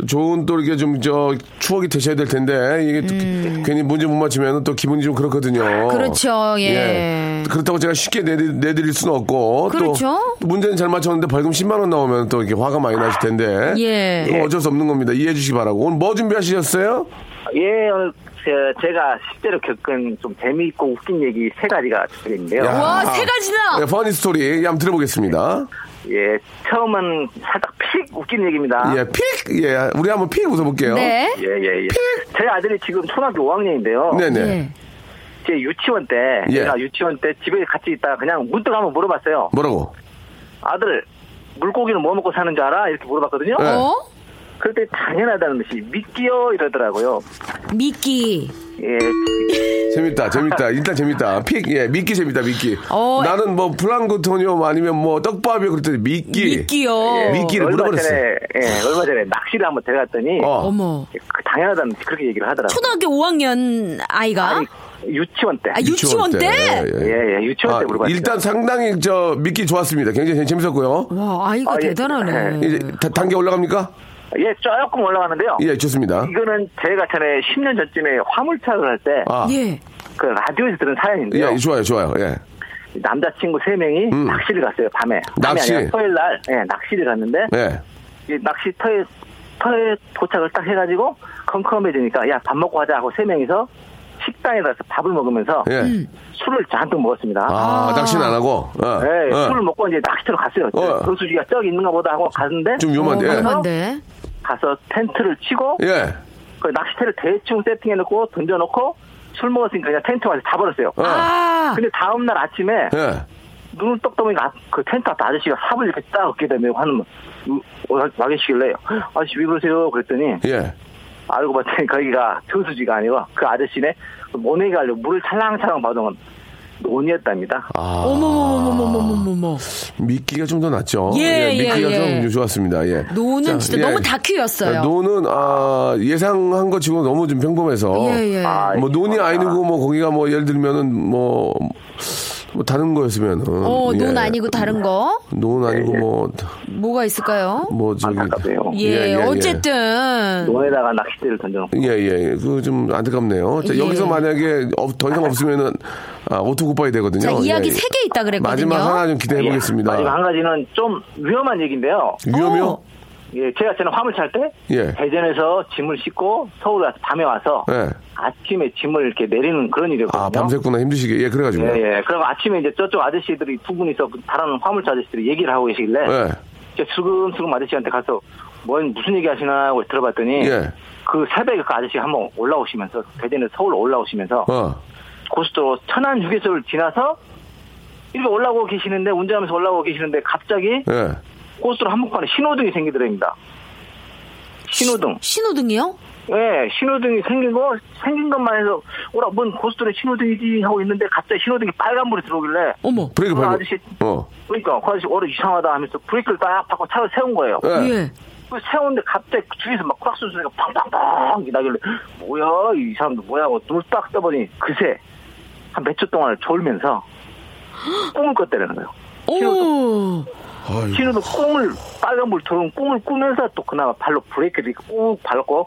S2: 좋은 또 이렇게 좀 저 추억이 되셔야 될 텐데, 이게 또 괜히 문제 못 맞추면 또 기분이 좀 그렇거든요.
S6: 음. 그렇죠, 예.
S2: 그렇다고 제가 쉽게 내드, 내드릴 수는 없고. 또
S6: 그렇죠.
S2: 또 문제는 잘 맞췄는데 벌금 10만원 나오면 또 이렇게 화가 많이 나실 텐데.
S6: 예.
S2: 그건 어쩔 수 없는 겁니다. 이해해 주시기 바라고. 오늘 뭐 준비하셨어요?
S3: 예, 오늘 제- 제가 실제로 겪은 좀 재미있고 웃긴 얘기 세 가지가 있는데요.
S2: 야.
S6: 와, 세 가지나!
S2: 예, 퍼니 스토리. 예, 한번 들어보겠습니다.
S3: 예, 처음은 살짝 픽 웃긴 얘기입니다.
S2: 예, 픽! 예, 우리 한번 픽 웃어볼게요.
S6: 아. 네.
S3: 예, 예, 예. 제 아들이 지금 초등학교 5학년인데요.
S2: 네네.
S6: 예.
S3: 제 유치원 때,
S2: 예.
S3: 제가 유치원 때 집에 같이 있다가 그냥 문득 한번 물어봤어요.
S2: 뭐라고?
S3: 아들, 물고기는 뭐 먹고 사는 줄 알아? 이렇게 물어봤거든요.
S2: 네.
S6: 어?
S3: 그럴 때 당연하다는 듯이 믿기요 이러더라고요.
S6: 미끼.
S3: 예,
S2: 재밌다, 재밌다. 일단 재밌다. 픽, 예, 미끼 재밌다, 미끼.
S6: 어.
S2: 나는 뭐, 플랑크톤이요, 아니면 뭐, 떡밥이요, 그랬더니 미끼. 예.
S6: 미끼요.
S2: 미끼를
S3: 얼마
S2: 물어버렸어.
S3: 전에, 예, 얼마 전에 낚시를 한번 데려갔더니
S2: 어.
S6: 어머.
S3: 그 당연하다는 듯이 그렇게 얘기를 하더라고요.
S6: 초등학교 5학년 아이가
S3: 아니, 유치원 때.
S6: 아, 유- 유치원 때?
S2: 예,
S3: 예,
S2: 예.
S3: 예, 유치원
S2: 아,
S3: 때 물어봤어요.
S2: 일단 상당히 저 미끼 좋았습니다. 굉장히 재밌었고요.
S6: 와 아이가
S3: 아, 예.
S6: 대단하네.
S2: 이제 다- 단계 올라갑니까?
S3: 예, 조금 올라가는데요.
S2: 예, 좋습니다.
S3: 이거는 제가 전에 10년 전쯤에 화물차를 할 때 그
S2: 아, 예,
S6: 예.
S3: 라디오에서 들은 사연인데요.
S2: 좋아요, 좋아요. 예. 음.
S3: 남자친구 세명이 낚시를 갔어요, 밤에. 밤이
S2: 낚시?
S3: 아니라 토요일 날, 예, 낚시를 갔는데,
S2: 예.
S3: 이 낚시터에, 터에 도착을 딱 해가지고, 컴컴해지니까, 야, 밥 먹고 하자 하고 세명이서 식당에 가서 밥을 먹으면서
S2: 예.
S6: 음.
S3: 술을 잔뜩 먹었습니다.
S2: 아, 낚시는 안 하고. 어.
S3: 예,
S2: 어.
S3: 술을 먹고 이제 낚시터로 갔어요. 그
S2: 어.
S3: 교수지가 저기 있는가 보다 하고 갔는데,
S2: 좀 위험한데.
S6: 어,
S2: 예.
S6: 위험한데.
S3: 가서 텐트를 치고,
S2: 예.
S3: 그 낚시터를 대충 세팅해놓고, 던져놓고, 술 먹었으니까 그냥 텐트 와서 다 버렸어요.
S2: 어.
S6: 아.
S3: 근데 다음날 아침에
S2: 예.
S3: 눈을 떡 떠보니까 앞- 그 텐트 앞에 아저씨가 삽을 이렇게 딱 어깨에다 메고 하는 거. 음, 와, 와 계시길래 아저씨 왜 그러세요? 그랬더니
S2: 예.
S3: 알고 봤더니 거기가 교수지가 아니고 그 아저씨네 모내기 하려고 물을 찰랑찰랑 받은 건 논이었답니다.
S2: 아.
S6: 어머머머머머머머머.
S2: 미끼가 좀 더 낫죠.
S6: 예,
S2: 미끼가
S6: 예, 예.
S2: 좀 좋았습니다. 예.
S6: 노는
S2: 자,
S6: 진짜
S2: 예.
S6: 너무 다큐였어요.
S2: 노는 아, 예상한 것 치고 너무 좀 평범해서
S6: 예, 예.
S3: 아,
S2: 뭐 논이
S3: 아.
S2: 아니고 뭐 거기가 뭐 예를 들면은 뭐, 뭐 다른 거였으면은
S6: 어,
S2: 예.
S6: 논 아니고 다른 거?
S2: 논 아니고 뭐뭐
S6: 뭐가 있을까요?
S2: 저기
S3: 안타깝네요.
S6: 예,
S2: 뭐?
S6: 어쨌든.
S3: 논에다가 낚싯대를 던져놓고
S2: 예, 예. 그 좀 안타깝네요. 자,
S6: 예.
S2: 여기서 만약에 없- 더 이상 없으면은 아, 오토굿바이 되거든요.
S6: 자, 이야기
S2: 예.
S6: 세 개 있다 그랬거든요.
S2: 마지막 하나 좀 기대해 보겠습니다.
S3: 예.
S2: 네.
S3: 마지막 한 가지는 좀 위험한 얘기인데요.
S2: 위험이요?
S6: 어.
S3: 예, 제가 저는 화물 찰 때
S2: 예.
S3: 대전에서 짐을 싣고 서울 와서 밤에 와서
S2: 예.
S3: 아침에 짐을 이렇게 내리는 그런 일이거든요.
S2: 아, 밤새구나 힘드시게. 예, 그래가지고. 요
S3: 예, 예. 그리고 아침에 이제 저쪽 아저씨들이 두 분이서 그 다른 화물차 아저씨들이 얘기를 하고 계시길래
S2: 예.
S3: 이제 수금수금 아저씨한테 가서 뭔 무슨 얘기 하시나고 들어봤더니
S2: 예.
S3: 그 새벽에 그 아저씨가 한번 올라오시면서 대전에 서 서울로 올라오시면서
S2: 어.
S3: 고속도로 천안 휴게소를 지나서 이렇게 올라오고 계시는데 운전하면서 올라오고 계시는데 갑자기
S2: 예.
S3: 고속도로 한복판에 신호등이 생기더랍니다. 신호등.
S6: 신호등이요?
S3: 예, 신호등이 생긴 거, 생긴 것만 해서, 오라, 뭔 고속도로에 신호등이지 하고 있는데, 갑자기 신호등이 빨간불이 들어오길래,
S6: 어머.
S2: 브레이크
S3: 그
S2: 밟고.
S3: 아저씨-
S2: 어.
S3: 그러니까 그 아저씨 어려 이상하다 하면서 브레이크를 딱 받고 차를 세운 거예요.
S2: 예.
S6: 예.
S3: 그 세우는데 갑자기 뒤에서 막 크락스 소리가 팡팡팡 나길래 뭐야 이 사람도 뭐야 하고 눈을 딱 떠보니 그새 한 몇 초 동안 졸면서 꿈을 꿨다는 거예요.
S6: 오.
S2: 아유.
S3: 신호도 꿈을 빨간불 들어온 꿈을 꾸면서 또 그나마 발로 브레이크를 이렇게 꾹 밟고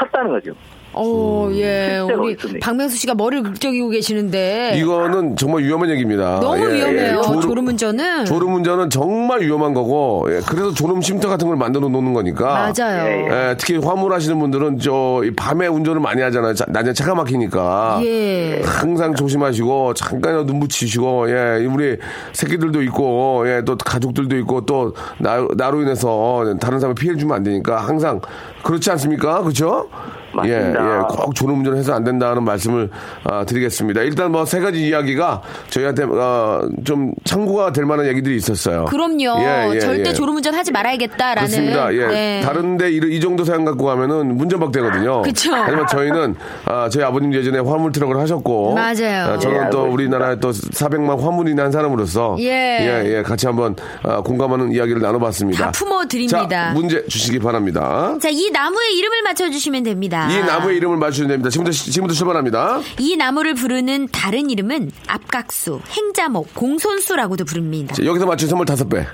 S3: 섰다는 거죠.
S6: 어,
S2: 음.
S6: 예.
S3: 실제로
S6: 우리
S3: 있었네.
S6: 박명수 씨가 머리를 긁적이고 계시는데.
S2: 이거는 정말 위험한 얘기입니다.
S6: 너무
S2: 예,
S6: 위험해요.
S2: 예.
S6: 졸음,
S2: 졸음-
S6: 운전은.
S2: 졸음 운전은 정말 위험한 거고, 예, 그래서 졸음 쉼터 같은 걸 만들어 놓는 거니까.
S6: 맞아요.
S3: 예,
S2: 예, 특히 화물하시는 분들은 저이 밤에 운전을 많이 하잖아요. 자- 낮에 차가 막히니까.
S6: 예.
S2: 항상 조심하시고 잠깐이라도 눈 붙이시고 예 우리 새끼들도 있고 예또 가족들도 있고 또 나, 나로 인해서 어, 다른 사람이 피해를 주면 안 되니까 항상 그렇지 않습니까 그렇죠
S3: 맞습니다.
S2: 예예꼭 졸음운전 해서 안 된다는 말씀을 아, 드리겠습니다 일단 뭐 세 가지 이야기가 저희한테 어, 좀 참고가 될 만한 얘기들이 있었어요
S6: 그럼요.
S2: 예, 예,
S6: 절대
S2: 예.
S6: 졸음운전 하지 말아야겠다라는.
S2: 그렇습니다. 예.
S6: 네.
S2: 다른데 이, 이 정도 사양 갖고 가면은 문전박대거든요.
S6: 그쵸.
S2: 하지만 저희는 아, 저희 아버님 예전에 화물 트럭을 하셨고,
S6: 맞아요.
S2: 아, 저는
S3: 예,
S2: 또
S3: 알고
S2: 우리나라에 또 400만 화물이나 한 사람으로서
S6: 예.
S2: 예, 예, 같이 한번 아, 공감하는 이야기를 나눠봤습니다.
S6: 다 품어드립니다.
S2: 자, 문제 주시기 바랍니다.
S6: 자, 이 나무의 이름을 맞춰주시면 됩니다.
S2: 이 나무의 이름을 맞추면 됩니다. 지금부터 시- 지금부터 출발합니다.
S6: 이 나무를 부르는 다른 이름은 앞각수, 행자목, 공손수라고도 부릅니다.
S2: 자, 여기서 맞춘 선물 다섯 배.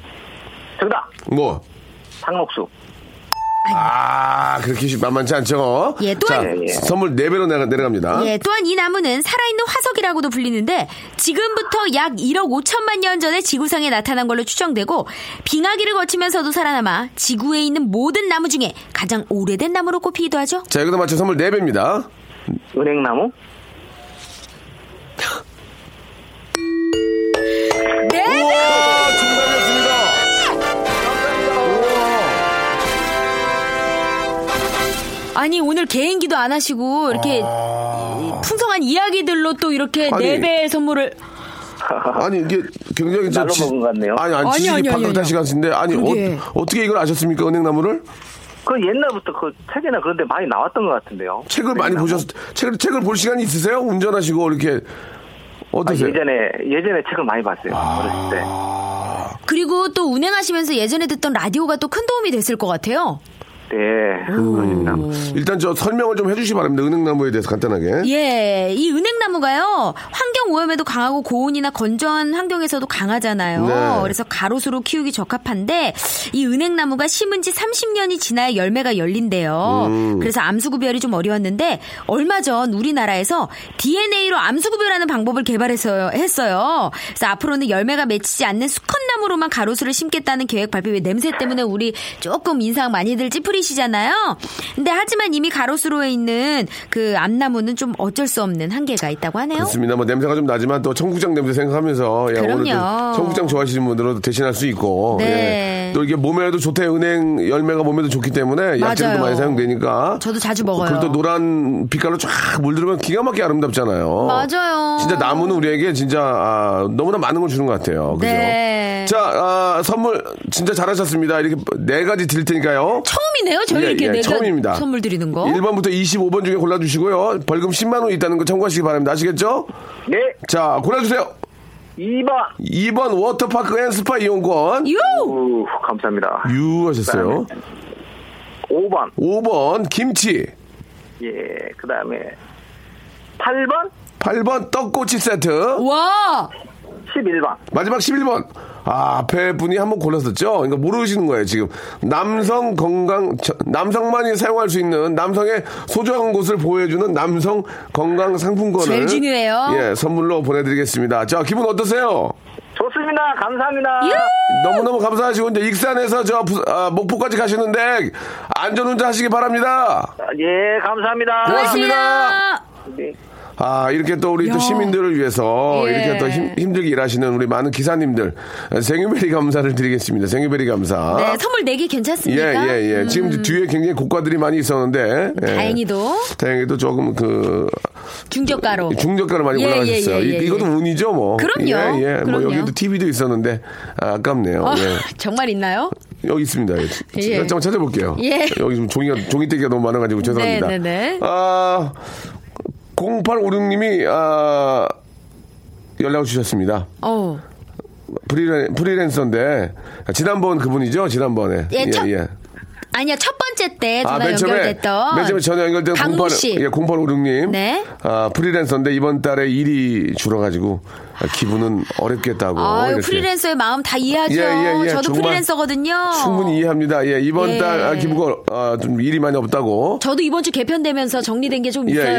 S3: 정답
S2: 뭐?
S3: 상록수.
S2: 아 그렇게 쉽- 만만치 않죠.
S6: 예, 또
S2: 자,
S6: 한-
S2: 선물 네 배로 내려, 내려갑니다.
S6: 예, 또한 이 나무는 살아있는 화석이라고도 불리는데 지금부터 약 1억 5천만 년 전에 지구상에 나타난 걸로 추정되고 빙하기를 거치면서도 살아남아 지구에 있는 모든 나무 중에 가장 오래된 나무로 꼽히기도 하죠.
S2: 자 여기서 맞춘 선물 네 배입니다.
S3: 은행나무.
S6: 네.
S2: 우와 정답이었습니다.
S6: 아니 오늘 개인기도 안 하시고 이렇게 풍성한 이야기들로 또 이렇게
S2: 아. 아니.
S6: 네 배의 선물을
S2: 아니 이게 굉장히 저
S3: 날로 먹은 것 같네요.
S2: 아니 아니
S6: 아니,
S2: 지식이
S6: 아니, 아니,
S2: 파긋한
S6: 아니요.
S2: 시간인데 아니
S6: 그러게.
S2: 어, 떻게 이걸 아셨습니까 은행나무를
S3: 그 옛날부터 그 책이나 그런 데 많이 나왔던 것 같은데요.
S2: 책을 많이 보셨 책을 책을 볼 시간이 있으세요 운전하시고 이렇게
S3: 아,
S2: 어떠세요? 아.
S3: 예전에 예전에 책을 많이 봤어요. 어렸을 때.
S6: 그리고 또 운행하시면서 예전에 듣던 라디오가 또 큰 도움이 됐을 것 같아요.
S3: 네. 그렇습니다.
S2: 음. 일단 저 설명을 좀 해주시기 바랍니다 은행나무에 대해서 간단하게
S6: 예, 이 은행나무가요 환경 오염에도 강하고 고온이나 건조한 환경에서도 강하잖아요.
S2: 네.
S6: 그래서 가로수로 키우기 적합한데 이 은행나무가 심은 지 30년이 지나야 열매가 열린대요.
S2: 음.
S6: 그래서 암수 구별이 좀 어려웠는데 얼마 전 우리나라에서 DNA로 암수 구별하는 방법을 개발했어요. 했어요. 그래서 앞으로는 열매가 맺히지 않는 수컷나무로만 가로수를 심겠다는 계획 발표. 왜 냄새 때문에 우리 조금 인상 많이들 찌푸리 포이시잖아요. 근데 하지만 이미 가로수로에 있는 그 암나무는 좀 어쩔 수 없는 한계가 있다고 하네요.
S2: 그렇습니다. 뭐 냄새가 좀 나지만 또 청국장 냄새 생각하면서 야, 오늘
S6: 그럼요.
S2: 또 청국장 좋아하시는 분들은 대신할 수 있고
S6: 네.
S2: 예. 또 이게 몸에도 좋대 은행 열매가 몸에도 좋기 때문에 약재로도
S6: 맞아요.
S2: 많이 사용되니까
S6: 저도 자주 먹어요.
S2: 뭐 그리고 또 노란 빛깔로 쫙 물들면 기가 막히게 아름답잖아요.
S6: 맞아요.
S2: 진짜 나무는 우리에게 진짜 아, 너무나 많은 걸 주는 것 같아요. 그죠?
S6: 네.
S2: 자 아, 선물 진짜 잘하셨습니다. 이렇게 네 가지 드릴 테니까요.
S6: 처음이네요. 저희
S2: 예,
S6: 이렇게
S2: 예,
S6: 내가
S2: 처음입니다.
S6: 선물 드리는 거.
S2: 1번부터 25번 중에 골라주시고요. 벌금 10만 원 있다는 거 참고하시기 바랍니다. 아시겠죠?
S3: 네,
S2: 자, 골라주세요.
S3: 2번.
S2: 예. 2번 워터파크 앤 스파 이용권.
S6: 요!
S3: 우, 감사합니다.
S2: 유 하셨어요.
S3: 5번.
S2: 5번 김치.
S3: 예, 그 다음에 8번,
S2: 8번 떡꼬치 세트.
S6: 와!
S3: 11번.
S2: 마지막 11번. 아, 앞에 분이 한 번 골랐었죠? 그러니까 모르시는 거예요, 지금. 남성 건강, 저- 남성만이 사용할 수 있는 남성의 소중한 곳을 보여주는 남성 건강 상품권을.
S6: 제일 중요해요.
S2: 예, 선물로 보내드리겠습니다. 자, 기분 어떠세요?
S3: 좋습니다. 감사합니다.
S2: 너무너무 감사하시고, 이제 익산에서 저 부- 아, 목포까지 가시는데 안전운전 하시기 바랍니다.
S3: 아, 예, 감사합니다.
S2: 고맙습니다.
S3: 네.
S2: 아, 이렇게 또 우리 또 시민들을 위해서
S6: 예.
S2: 이렇게 또 힘, 힘들게 일하시는 우리 많은 기사님들 생유베리 감사를 드리겠습니다. 생유베리 감사.
S6: 네, 선물 내기
S2: 예,
S6: 괜찮습니까?
S2: 아.
S6: 음,
S2: 예, 예. 지금 뒤에 굉장히 고가들이 많이 있었는데. 예.
S6: 다행히도
S2: 다행히도 조금 그
S6: 중저가로.
S2: 중저가로 많이
S6: 예,
S2: 올라가셨어요.
S6: 예, 예, 예,
S2: 이- 이것도
S6: 예.
S2: 운이죠, 뭐.
S6: 그럼요.
S2: 예, 예. 뭐
S6: 그럼요.
S2: 여기도 TV도 있었는데 아, 깝네요
S6: 아,
S2: 예.
S6: 정말 있나요?
S2: 여기 있습니다. 예.
S6: 예.
S2: 한번 찾아볼게요.
S6: 예.
S2: 여기 좀 종이가, 종이떼기가 너무 많아가지고 죄송합니다.
S6: 네, 네, 네.
S2: 아, 0856님이, 아, 연락을 주셨습니다.
S6: 어.
S2: 프리랜, 프리랜서인데, 지난번 그분이죠? 지난번에.
S6: 예, 첫- 아니야, 첫 번째 때 전화
S2: 아, 맨 처음에,
S6: 연결됐던.
S2: 맨 처음에 전화 연결된
S6: 강모 씨.
S2: 08, 예, 0856님.
S6: 네.
S2: 아, 프리랜서인데 이번 달에 일이 줄어가지고 아, 기분은 어렵겠다고.
S6: 아유,
S2: 이렇게.
S6: 프리랜서의 마음 다 이해하죠.
S2: 예, 예, 예.
S6: 저도
S2: 정말
S6: 프리랜서거든요.
S2: 충분히 이해합니다. 예, 이번
S6: 예.
S2: 달 아, 기부가 아, 좀 일이 많이 없다고.
S6: 저도 이번 주 개편되면서 정리된 게 좀
S2: 예,
S6: 있어요.
S2: 예.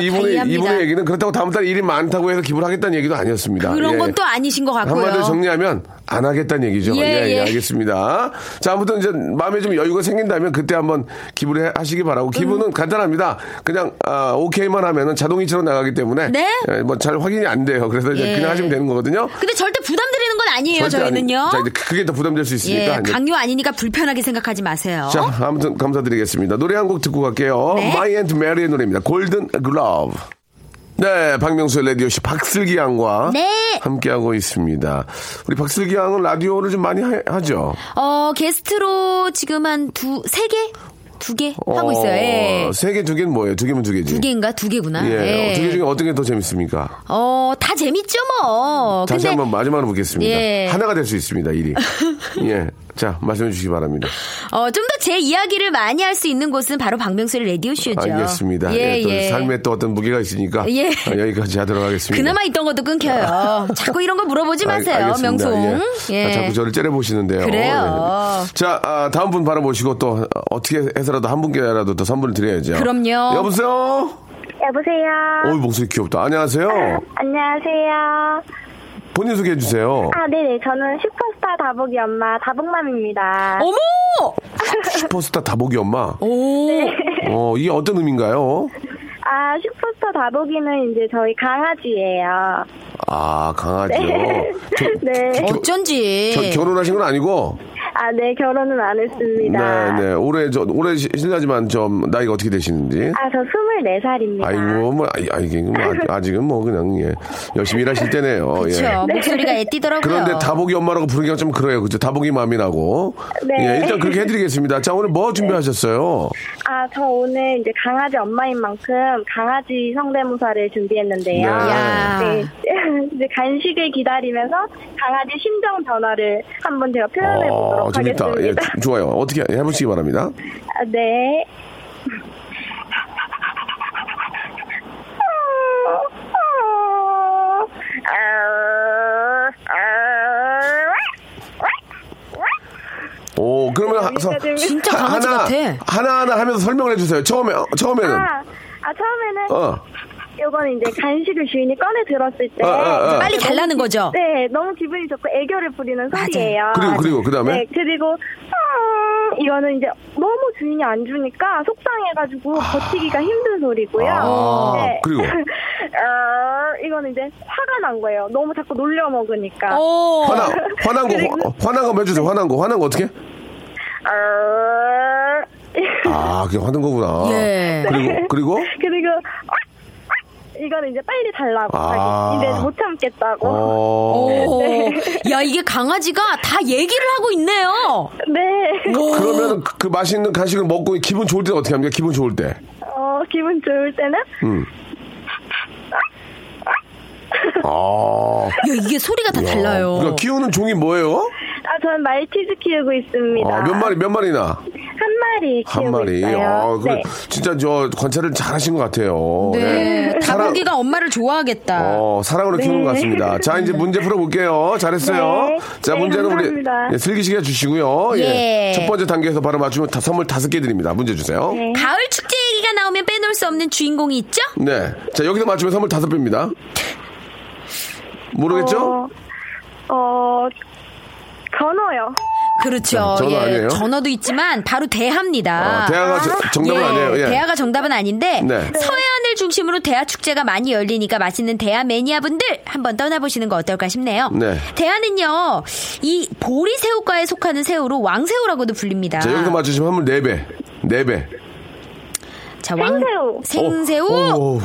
S6: 다
S2: 이분의,
S6: 이해합니다.
S2: 이분의 얘기는 그렇다고 다음 달 일이 많다고 해서 기부를 하겠다는 얘기도 아니었습니다.
S6: 그런
S2: 예.
S6: 건 또 아니신 것 같고요.
S2: 한마디로 정리하면 안 하겠다는 얘기죠.
S6: 예,
S2: 예, 예,
S6: 예.
S2: 알겠습니다. 자, 아무튼 이제 마음에 좀 여유가 생긴다면 그때 한번 기부를 해- 하시기 바라고
S6: 음.
S2: 기부는 간단합니다. 그냥 아, 오케이만 하면은 자동이체로 나가기 때문에
S6: 네?
S2: 뭐 잘 확인이 안 돼요. 그래서 이제
S6: 예.
S2: 그냥 하시면 되는 거거든요.
S6: 근데 절대 부담드리는 건 아니에요,
S2: 절대 아니-
S6: 저희는요.
S2: 자, 이제 그게 더 부담될 수 있으니까
S6: 예,
S2: 이제
S6: 강요 아니니까 불편하게 생각하지 마세요.
S2: 자, 아무튼 감사드리겠습니다. 노래 한 곡 듣고 갈게요.
S6: 어? 네.
S2: 마이 앤드 메리의 노래입니다. 골든 글러브. 네, 박명수의 라디오 씨 박슬기 양과
S6: 네.
S2: 함께하고 있습니다. 우리 박슬기 양은 라디오를 좀 많이 하, 죠
S6: 어, 게스트로 지금 한 두, 세 개? 두 개? 하고 있어요. 예.
S2: 세 개, 두 개는 뭐예요? 두 개면 두 개지.
S6: 두 개인가? 두 개구나.
S2: 예.
S6: 예.
S2: 두 개 중에 어떤 게 더 재밌습니까?
S6: 어, 다 재밌죠, 뭐.
S2: 다시
S6: 근데
S2: 한번 마지막으로 보겠습니다.
S6: 예.
S2: 하나가 될 수 있습니다, 일이. 예. 자, 말씀해 주시기 바랍니다.
S6: 어, 좀 더 제 이야기를 많이 할 수 있는 곳은 바로 박명수의 라디오쇼죠.
S2: 알겠습니다.
S6: 예,
S2: 예, 또
S6: 예.
S2: 삶에 또 어떤 무게가 있으니까
S6: 예.
S2: 아, 여기까지 하도록 하겠습니다.
S6: 그나마 있던 것도 끊겨요. 자꾸 이런 거 물어보지
S2: 알-
S6: 마세요,
S2: 알겠습니다.
S6: 명송.
S2: 예. 아, 자꾸 저를 째려보시는데요.
S6: 그래요.
S2: 예. 자, 아, 다음 분 바로 보시고 또 어, 어떻게 해서라도 한 분께라도 더 선물을 드려야죠.
S6: 그럼요.
S2: 여보세요?
S8: 여보세요.
S2: 어이, 목소리 귀엽다. 안녕하세요.
S8: 안녕하세요.
S2: 본인 소개해주세요.
S8: 아, 네네. 저는 슈퍼스타 다복이 엄마, 다복맘입니다.
S6: 어머!
S2: 슈퍼스타 다보기 엄마.
S6: 오!
S2: 어, 이게 어떤 의미인가요?
S8: 아, 슈퍼스타 다복이는 이제 저희 강아지예요.
S2: 아, 강아지요. 저-
S8: 네.
S6: 어쩐지.
S2: 겨- 결혼하신 건 아니고?
S8: 아, 네. 결혼은 안 했습니다.
S2: 네, 네. 올해, 저, 올해 시- 실례지만 좀 나이가 어떻게 되시는지?
S8: 아, 저 24살입니다.
S2: 아이고, 뭐, 아이, 아이, 이게 뭐 아- 아직은 뭐, 그냥, 예. 열심히 일하실 때네요.
S6: 그쵸.
S2: 예.
S6: 목소리가 애띠더라고요.
S2: 그런데 다복이 엄마라고 부르기가 좀 그래요. 그죠? 다복이 마음이 나고.
S8: 네.
S2: 예, 일단 그렇게 해드리겠습니다. 자, 오늘 뭐 준비하셨어요?
S8: 아, 저 오늘 이제 강아지 엄마인 만큼 강아지 성대모사를
S2: 네.
S8: 준비했는데요.
S6: 야.
S8: 네. 이제 간식을 기다리면서 강아지 심정 변화를 한번 제가 표현해 보도록
S2: 어, 재밌다. 예,
S8: 하겠습니다.
S2: 주- 좋아요. 어떻게 해보시기 바랍니다.
S8: 아, 네.
S2: 오, 그러면 하, 서-
S6: 진짜
S2: 하-
S6: 강아지
S2: 하나,
S6: 같아.
S2: 하나하나 하면서 설명을 해주세요. 처음에, 어, 처음에는.
S8: 아, 아 처음에는
S2: 어.
S8: 요건 이제 간식을 주인이 꺼내 들었을 때
S2: 아, 아, 아.
S6: 빨리 달라는 거죠?
S8: 네, 너무 기분이 좋고 애교를 부리는 소리예요.
S2: 그리고, 그리고, 그다음에?
S8: 네, 그리고 아, 이거는 이제 너무 주인이 안 주니까 속상해가지고 버티기가 힘든 소리고요.
S2: 아,
S8: 네.
S2: 그리고?
S8: 어, 이거는 이제 화가 난 거예요. 너무 자꾸 놀려 먹으니까.
S6: 오.
S2: 화난 화난 거 어, 화- 화난 거 한번 해주세요. 화난 거 화난 거 어떻게?
S8: 어,
S2: 아 그냥 화난 거구나.
S6: 예.
S2: 그리고 그리고
S8: 그리고 이거는 이제 빨리 달라고
S2: 아.
S8: 자기. 이제 못 참겠다고.
S2: 어
S6: 오. 야 이게 강아지가 다 얘기를 하고 있네요.
S8: 네.
S2: 그러면 그, 그 맛있는 간식을 먹고 기분 좋을 때 어떻게 합니까? 기분 좋을 때.
S8: 어, 기분 좋을 때는
S2: 음. 아.
S6: 야 이게 소리가 다 달라요.
S2: 그러니까 키우는 종이 뭐예요?
S8: 아, 저는 말티즈 키우고 있습니다.
S2: 아, 몇 마리 몇 마리나?
S8: 한 마리 키우고
S2: 한 마리.
S8: 있어요.
S2: 아, 그래.
S8: 네.
S2: 진짜 저 관찰을 잘하신 것 같아요.
S6: 네.
S2: 예. 사랑-
S6: 다보기가 엄마를 좋아하겠다.
S2: 어, 사랑으로 키우는 것 같습니다. 자, 이제 문제 풀어볼게요. 잘했어요.
S8: 네.
S2: 자,
S8: 네,
S2: 문제는
S8: 감사합니다.
S2: 우리 예, 슬기씨가 주시고요.
S6: 예.
S2: 첫 번째 단계에서 바로 맞추면 다 선물 다섯 개 드립니다. 문제 주세요. 네.
S6: 가을 축제 얘기가 나오면 빼놓을 수 없는 주인공이 있죠?
S2: 네. 자, 여기서 맞추면 선물 다섯 배입니다. 모르겠죠?
S8: 어, 어, 건어요.
S6: 그렇죠.
S2: 네, 전어
S6: 예.
S2: 아니에요?
S6: 전어도 있지만 바로 대하입니다.
S2: 아, 대하가 저- 정답은
S6: 예,
S2: 아니에요. 예.
S6: 대하가 정답은 아닌데
S2: 네.
S6: 서해안을 중심으로 대하 축제가 많이 열리니까 맛있는 대하 매니아분들 한번 떠나보시는 거 어떨까 싶네요.
S2: 네.
S6: 대하는요 이 보리 새우과에 속하는 새우로 왕새우라고도 불립니다.
S2: 자, 여기서 맞추시면 선물 네 배. 네 배.
S6: 자, 왕
S8: 생새우.
S6: 생새우.
S2: 오.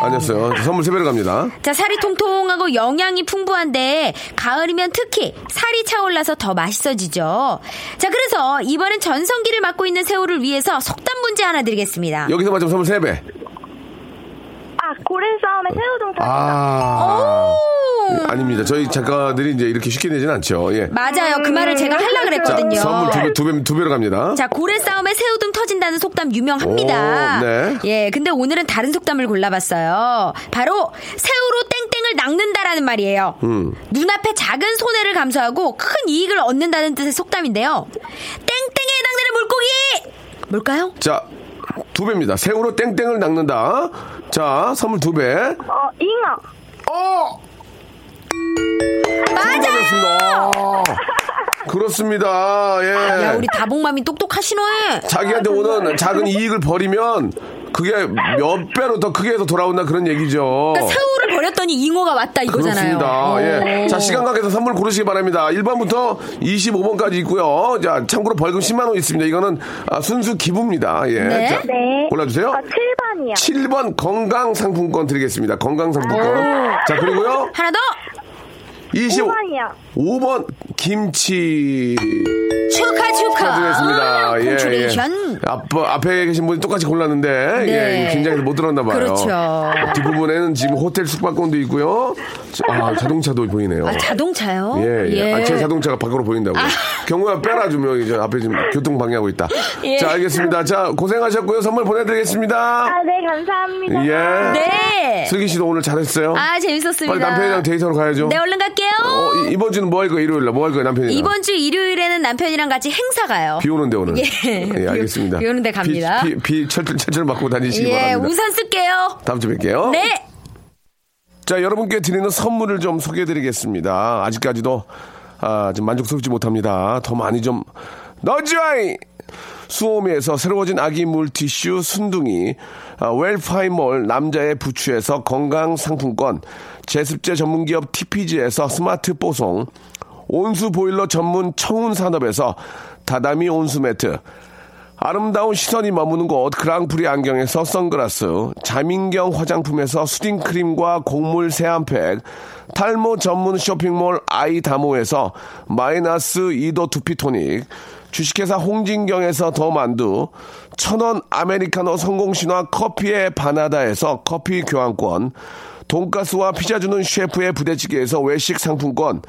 S2: 아니었어요. 선물 세 배로 갑니다.
S6: 자, 살이 통통하고 영양이 풍부한데 가을이면 특히 살이 차올라서 더 맛있어지죠. 자, 그래서 이번엔 전성기를 맡고 있는 새우를 위해서 속담 문제 하나 드리겠습니다.
S2: 여기서 맞추면 선물 세 배.
S8: 아, 고래 싸움의 새우동사.
S2: 아.
S6: 오!
S2: 아닙니다. 저희 작가들이 이제 이렇게 쉽게 내진 않죠. 예.
S6: 맞아요. 그 말을 제가 하려고
S2: 자,
S6: 그랬거든요.
S2: 선물 두 배, 두 배, 두 배로 갑니다.
S6: 자, 고래 싸움에 새우등 터진다는 속담 유명합니다.
S2: 오, 네.
S6: 예, 근데 오늘은 다른 속담을 골라봤어요. 바로 새우로 땡땡을 낚는다라는 말이에요.
S2: 음.
S6: 눈앞에 작은 손해를 감수하고 큰 이익을 얻는다는 뜻의 속담인데요. 땡땡에 해당되는 물고기 뭘까요?
S2: 자, 두 배입니다. 새우로 땡땡을 낚는다. 자, 선물 두 배.
S8: 어, 잉어.
S2: 어! 맞아요! 그렇습니다. 예.
S6: 야, 우리 다복맘이 그러니까 똑똑하시네.
S2: 자기한테 오는 작은 이익을 버리면 그게 몇 배로 더 크게 해서 돌아온다 그런 얘기죠.
S6: 그러니까 새우를 버렸더니 잉어가 왔다 이거잖아요.
S2: 어. 그렇습니다. 예.
S6: 오.
S2: 자, 시간 관계에서 선물 고르시기 바랍니다. 1번부터 25번까지 있고요. 자, 참고로 벌금 10만원 있습니다. 이거는 아, 순수 기부입니다. 예.
S6: 네. 아,
S2: 자,
S8: 네.
S2: 골라주세요.
S8: 어, 7번이요.
S2: 7번 건강상품권 드리겠습니다. 건강상품권. 자, 그리고요.
S6: 하나 더.
S2: 25.
S8: 5번이요.
S2: 5번 김치
S6: 축하 축하.
S2: 드리겠습니다. 예,
S6: 아, 콩츄레이션.
S2: 앞, 앞에 계신 분이 똑같이 골랐는데
S6: 네.
S2: 예, 긴장해서 못 들었나 봐요.
S6: 그렇죠.
S2: 뒷부분에는 지금 호텔 숙박권도 있고요. 아, 자동차도 보이네요.
S6: 아, 자동차요?
S2: 예, 예. 아, 제 자동차가 밖으로 보인다고요.
S6: 아.
S2: 경호야, 빼라, 좀 여기 저 앞에 지금 교통 방해하고 있다.
S6: 예.
S2: 자, 알겠습니다. 자, 고생하셨고요. 선물 보내드리겠습니다.
S8: 아, 네, 감사합니다.
S2: 예.
S6: 네.
S2: 슬기 씨도 오늘 잘했어요.
S6: 아, 재밌었습니다.
S2: 빨리 남편이랑 데이트하러 가야죠.
S6: 네, 얼른 갈게요.
S2: 어, 이, 이번 주는 뭐 할 거예요? 일요일날 뭐 할 거예요? 남편이랑.
S6: 이번 주 일요일에는 남편이랑 같이 행사 가요.
S2: 비 오는데 오늘.
S6: 예. 비 오-
S2: 알겠습니다.
S6: 비 오는데 갑니다.
S2: 비, 비, 비 철철 철철 맞고 다니시기
S6: 예,
S2: 바랍니다. 어?
S6: 우산 쓸게요.
S2: 다음 주에 뵐게요.
S6: 네.
S2: 자, 여러분께 드리는 선물을 좀 소개해 드리겠습니다. 아직까지도 아, 좀 만족스럽지 못합니다. 더 많이 좀 넣어줘이! 수오미에서 새로워진 아기 물티슈 순둥이, 아, 웰파이몰 남자의 부추에서 건강 상품권, 제습제 전문기업 TPG에서 스마트 뽀송, 온수 보일러 전문 청운 산업에서 다다미 온수 매트, 아름다운 시선이 머무는 곳 그랑프리 안경에서 선글라스 자민경 화장품에서 수딩크림과 곡물 세안팩 탈모 전문 쇼핑몰 아이다모에서 마이너스 2도 두피토닉 주식회사 홍진경에서 더만두 천원 아메리카노 성공신화 커피의 바나다에서 커피 교환권 돈가스와 피자 주는 셰프의 부대찌개에서 외식 상품권,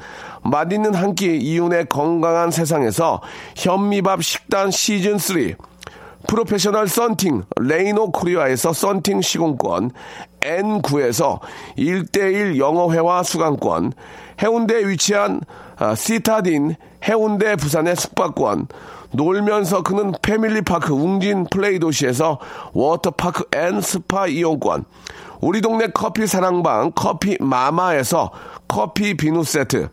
S2: 맛있는 한 끼 이윤의 건강한 세상에서 현미밥 식단 시즌 3, 프로페셔널 썬팅 레이노 코리아에서 썬팅 시공권, N9에서 1대1 영어회화 수강권, 해운대에 위치한 아, 시타딘 해운대 부산의 숙박권, 놀면서 그는 패밀리파크 웅진 플레이 도시에서 워터파크 앤 스파 이용권, 우리 동네 커피 사랑방 커피 마마에서 커피 비누 세트,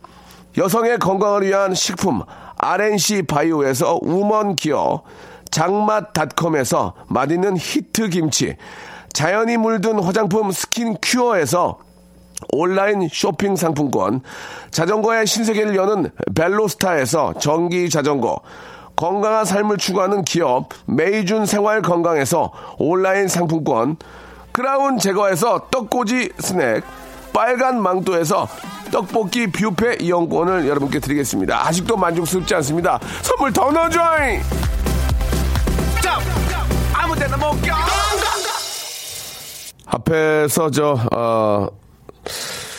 S2: 여성의 건강을 위한 식품 RNC 바이오에서 우먼 기어, 장맛닷컴에서 맛있는 히트 김치, 자연이 물든 화장품 스킨 큐어에서 온라인 쇼핑 상품권, 자전거의 신세계를 여는 벨로스타에서 전기 자전거, 건강한 삶을 추구하는 기업 메이준 생활 건강에서 온라인 상품권, 크라운 제거에서 떡꼬지 스낵, 빨간 망토에서 떡볶이 뷔페 이용권을 여러분께 드리겠습니다. 아직도 만족스럽지 않습니다. 선물 더 넣어줘잉! 앞에서 저, 어,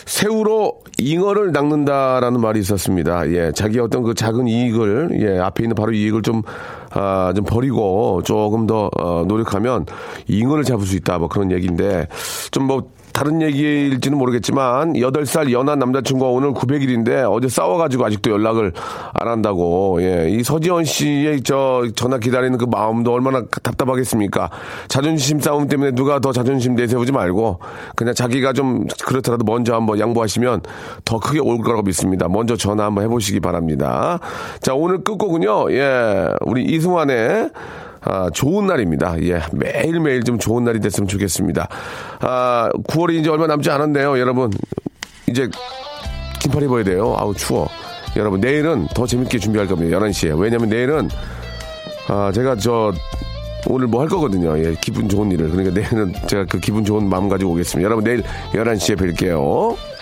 S2: 새우로 잉어를 낚는다라는 말이 있었습니다. 예, 자기 어떤 그 작은 이익을, 예, 앞에 있는 바로 이익을 좀, 아, 좀 버리고 조금 더, 어, 노력하면 잉어를 잡을 수 있다. 뭐 그런 얘기인데, 좀 뭐, 다른 얘기일지는 모르겠지만, 8살 연한 남자친구가 오늘 900일인데, 어제 싸워가지고 아직도 연락을 안 한다고, 예, 이 서지현 씨의 저 전화 기다리는 그 마음도 얼마나 답답하겠습니까? 자존심 싸움 때문에 누가 더 자존심 내세우지 말고, 그냥 자기가 좀 그렇더라도 먼저 한번 양보하시면 더 크게 올 거라고 믿습니다. 먼저 전화 한번 해보시기 바랍니다. 자, 오늘 끝곡은요, 예, 우리 이승환의 아, 좋은 날입니다. 예, 매일매일 좀 좋은 날이 됐으면 좋겠습니다. 아, 9월이 이제 얼마 남지 않았네요, 여러분. 이제 긴팔 입어야 돼요. 아우, 추워. 여러분, 내일은 더 재밌게 준비할 겁니다. 11시에. 왜냐면 내일은, 아, 제가 저, 오늘 뭐 할 거거든요. 예, 기분 좋은 일을. 그러니까 내일은 제가 그 기분 좋은 마음 가지고 오겠습니다. 여러분, 내일 11시에 뵐게요.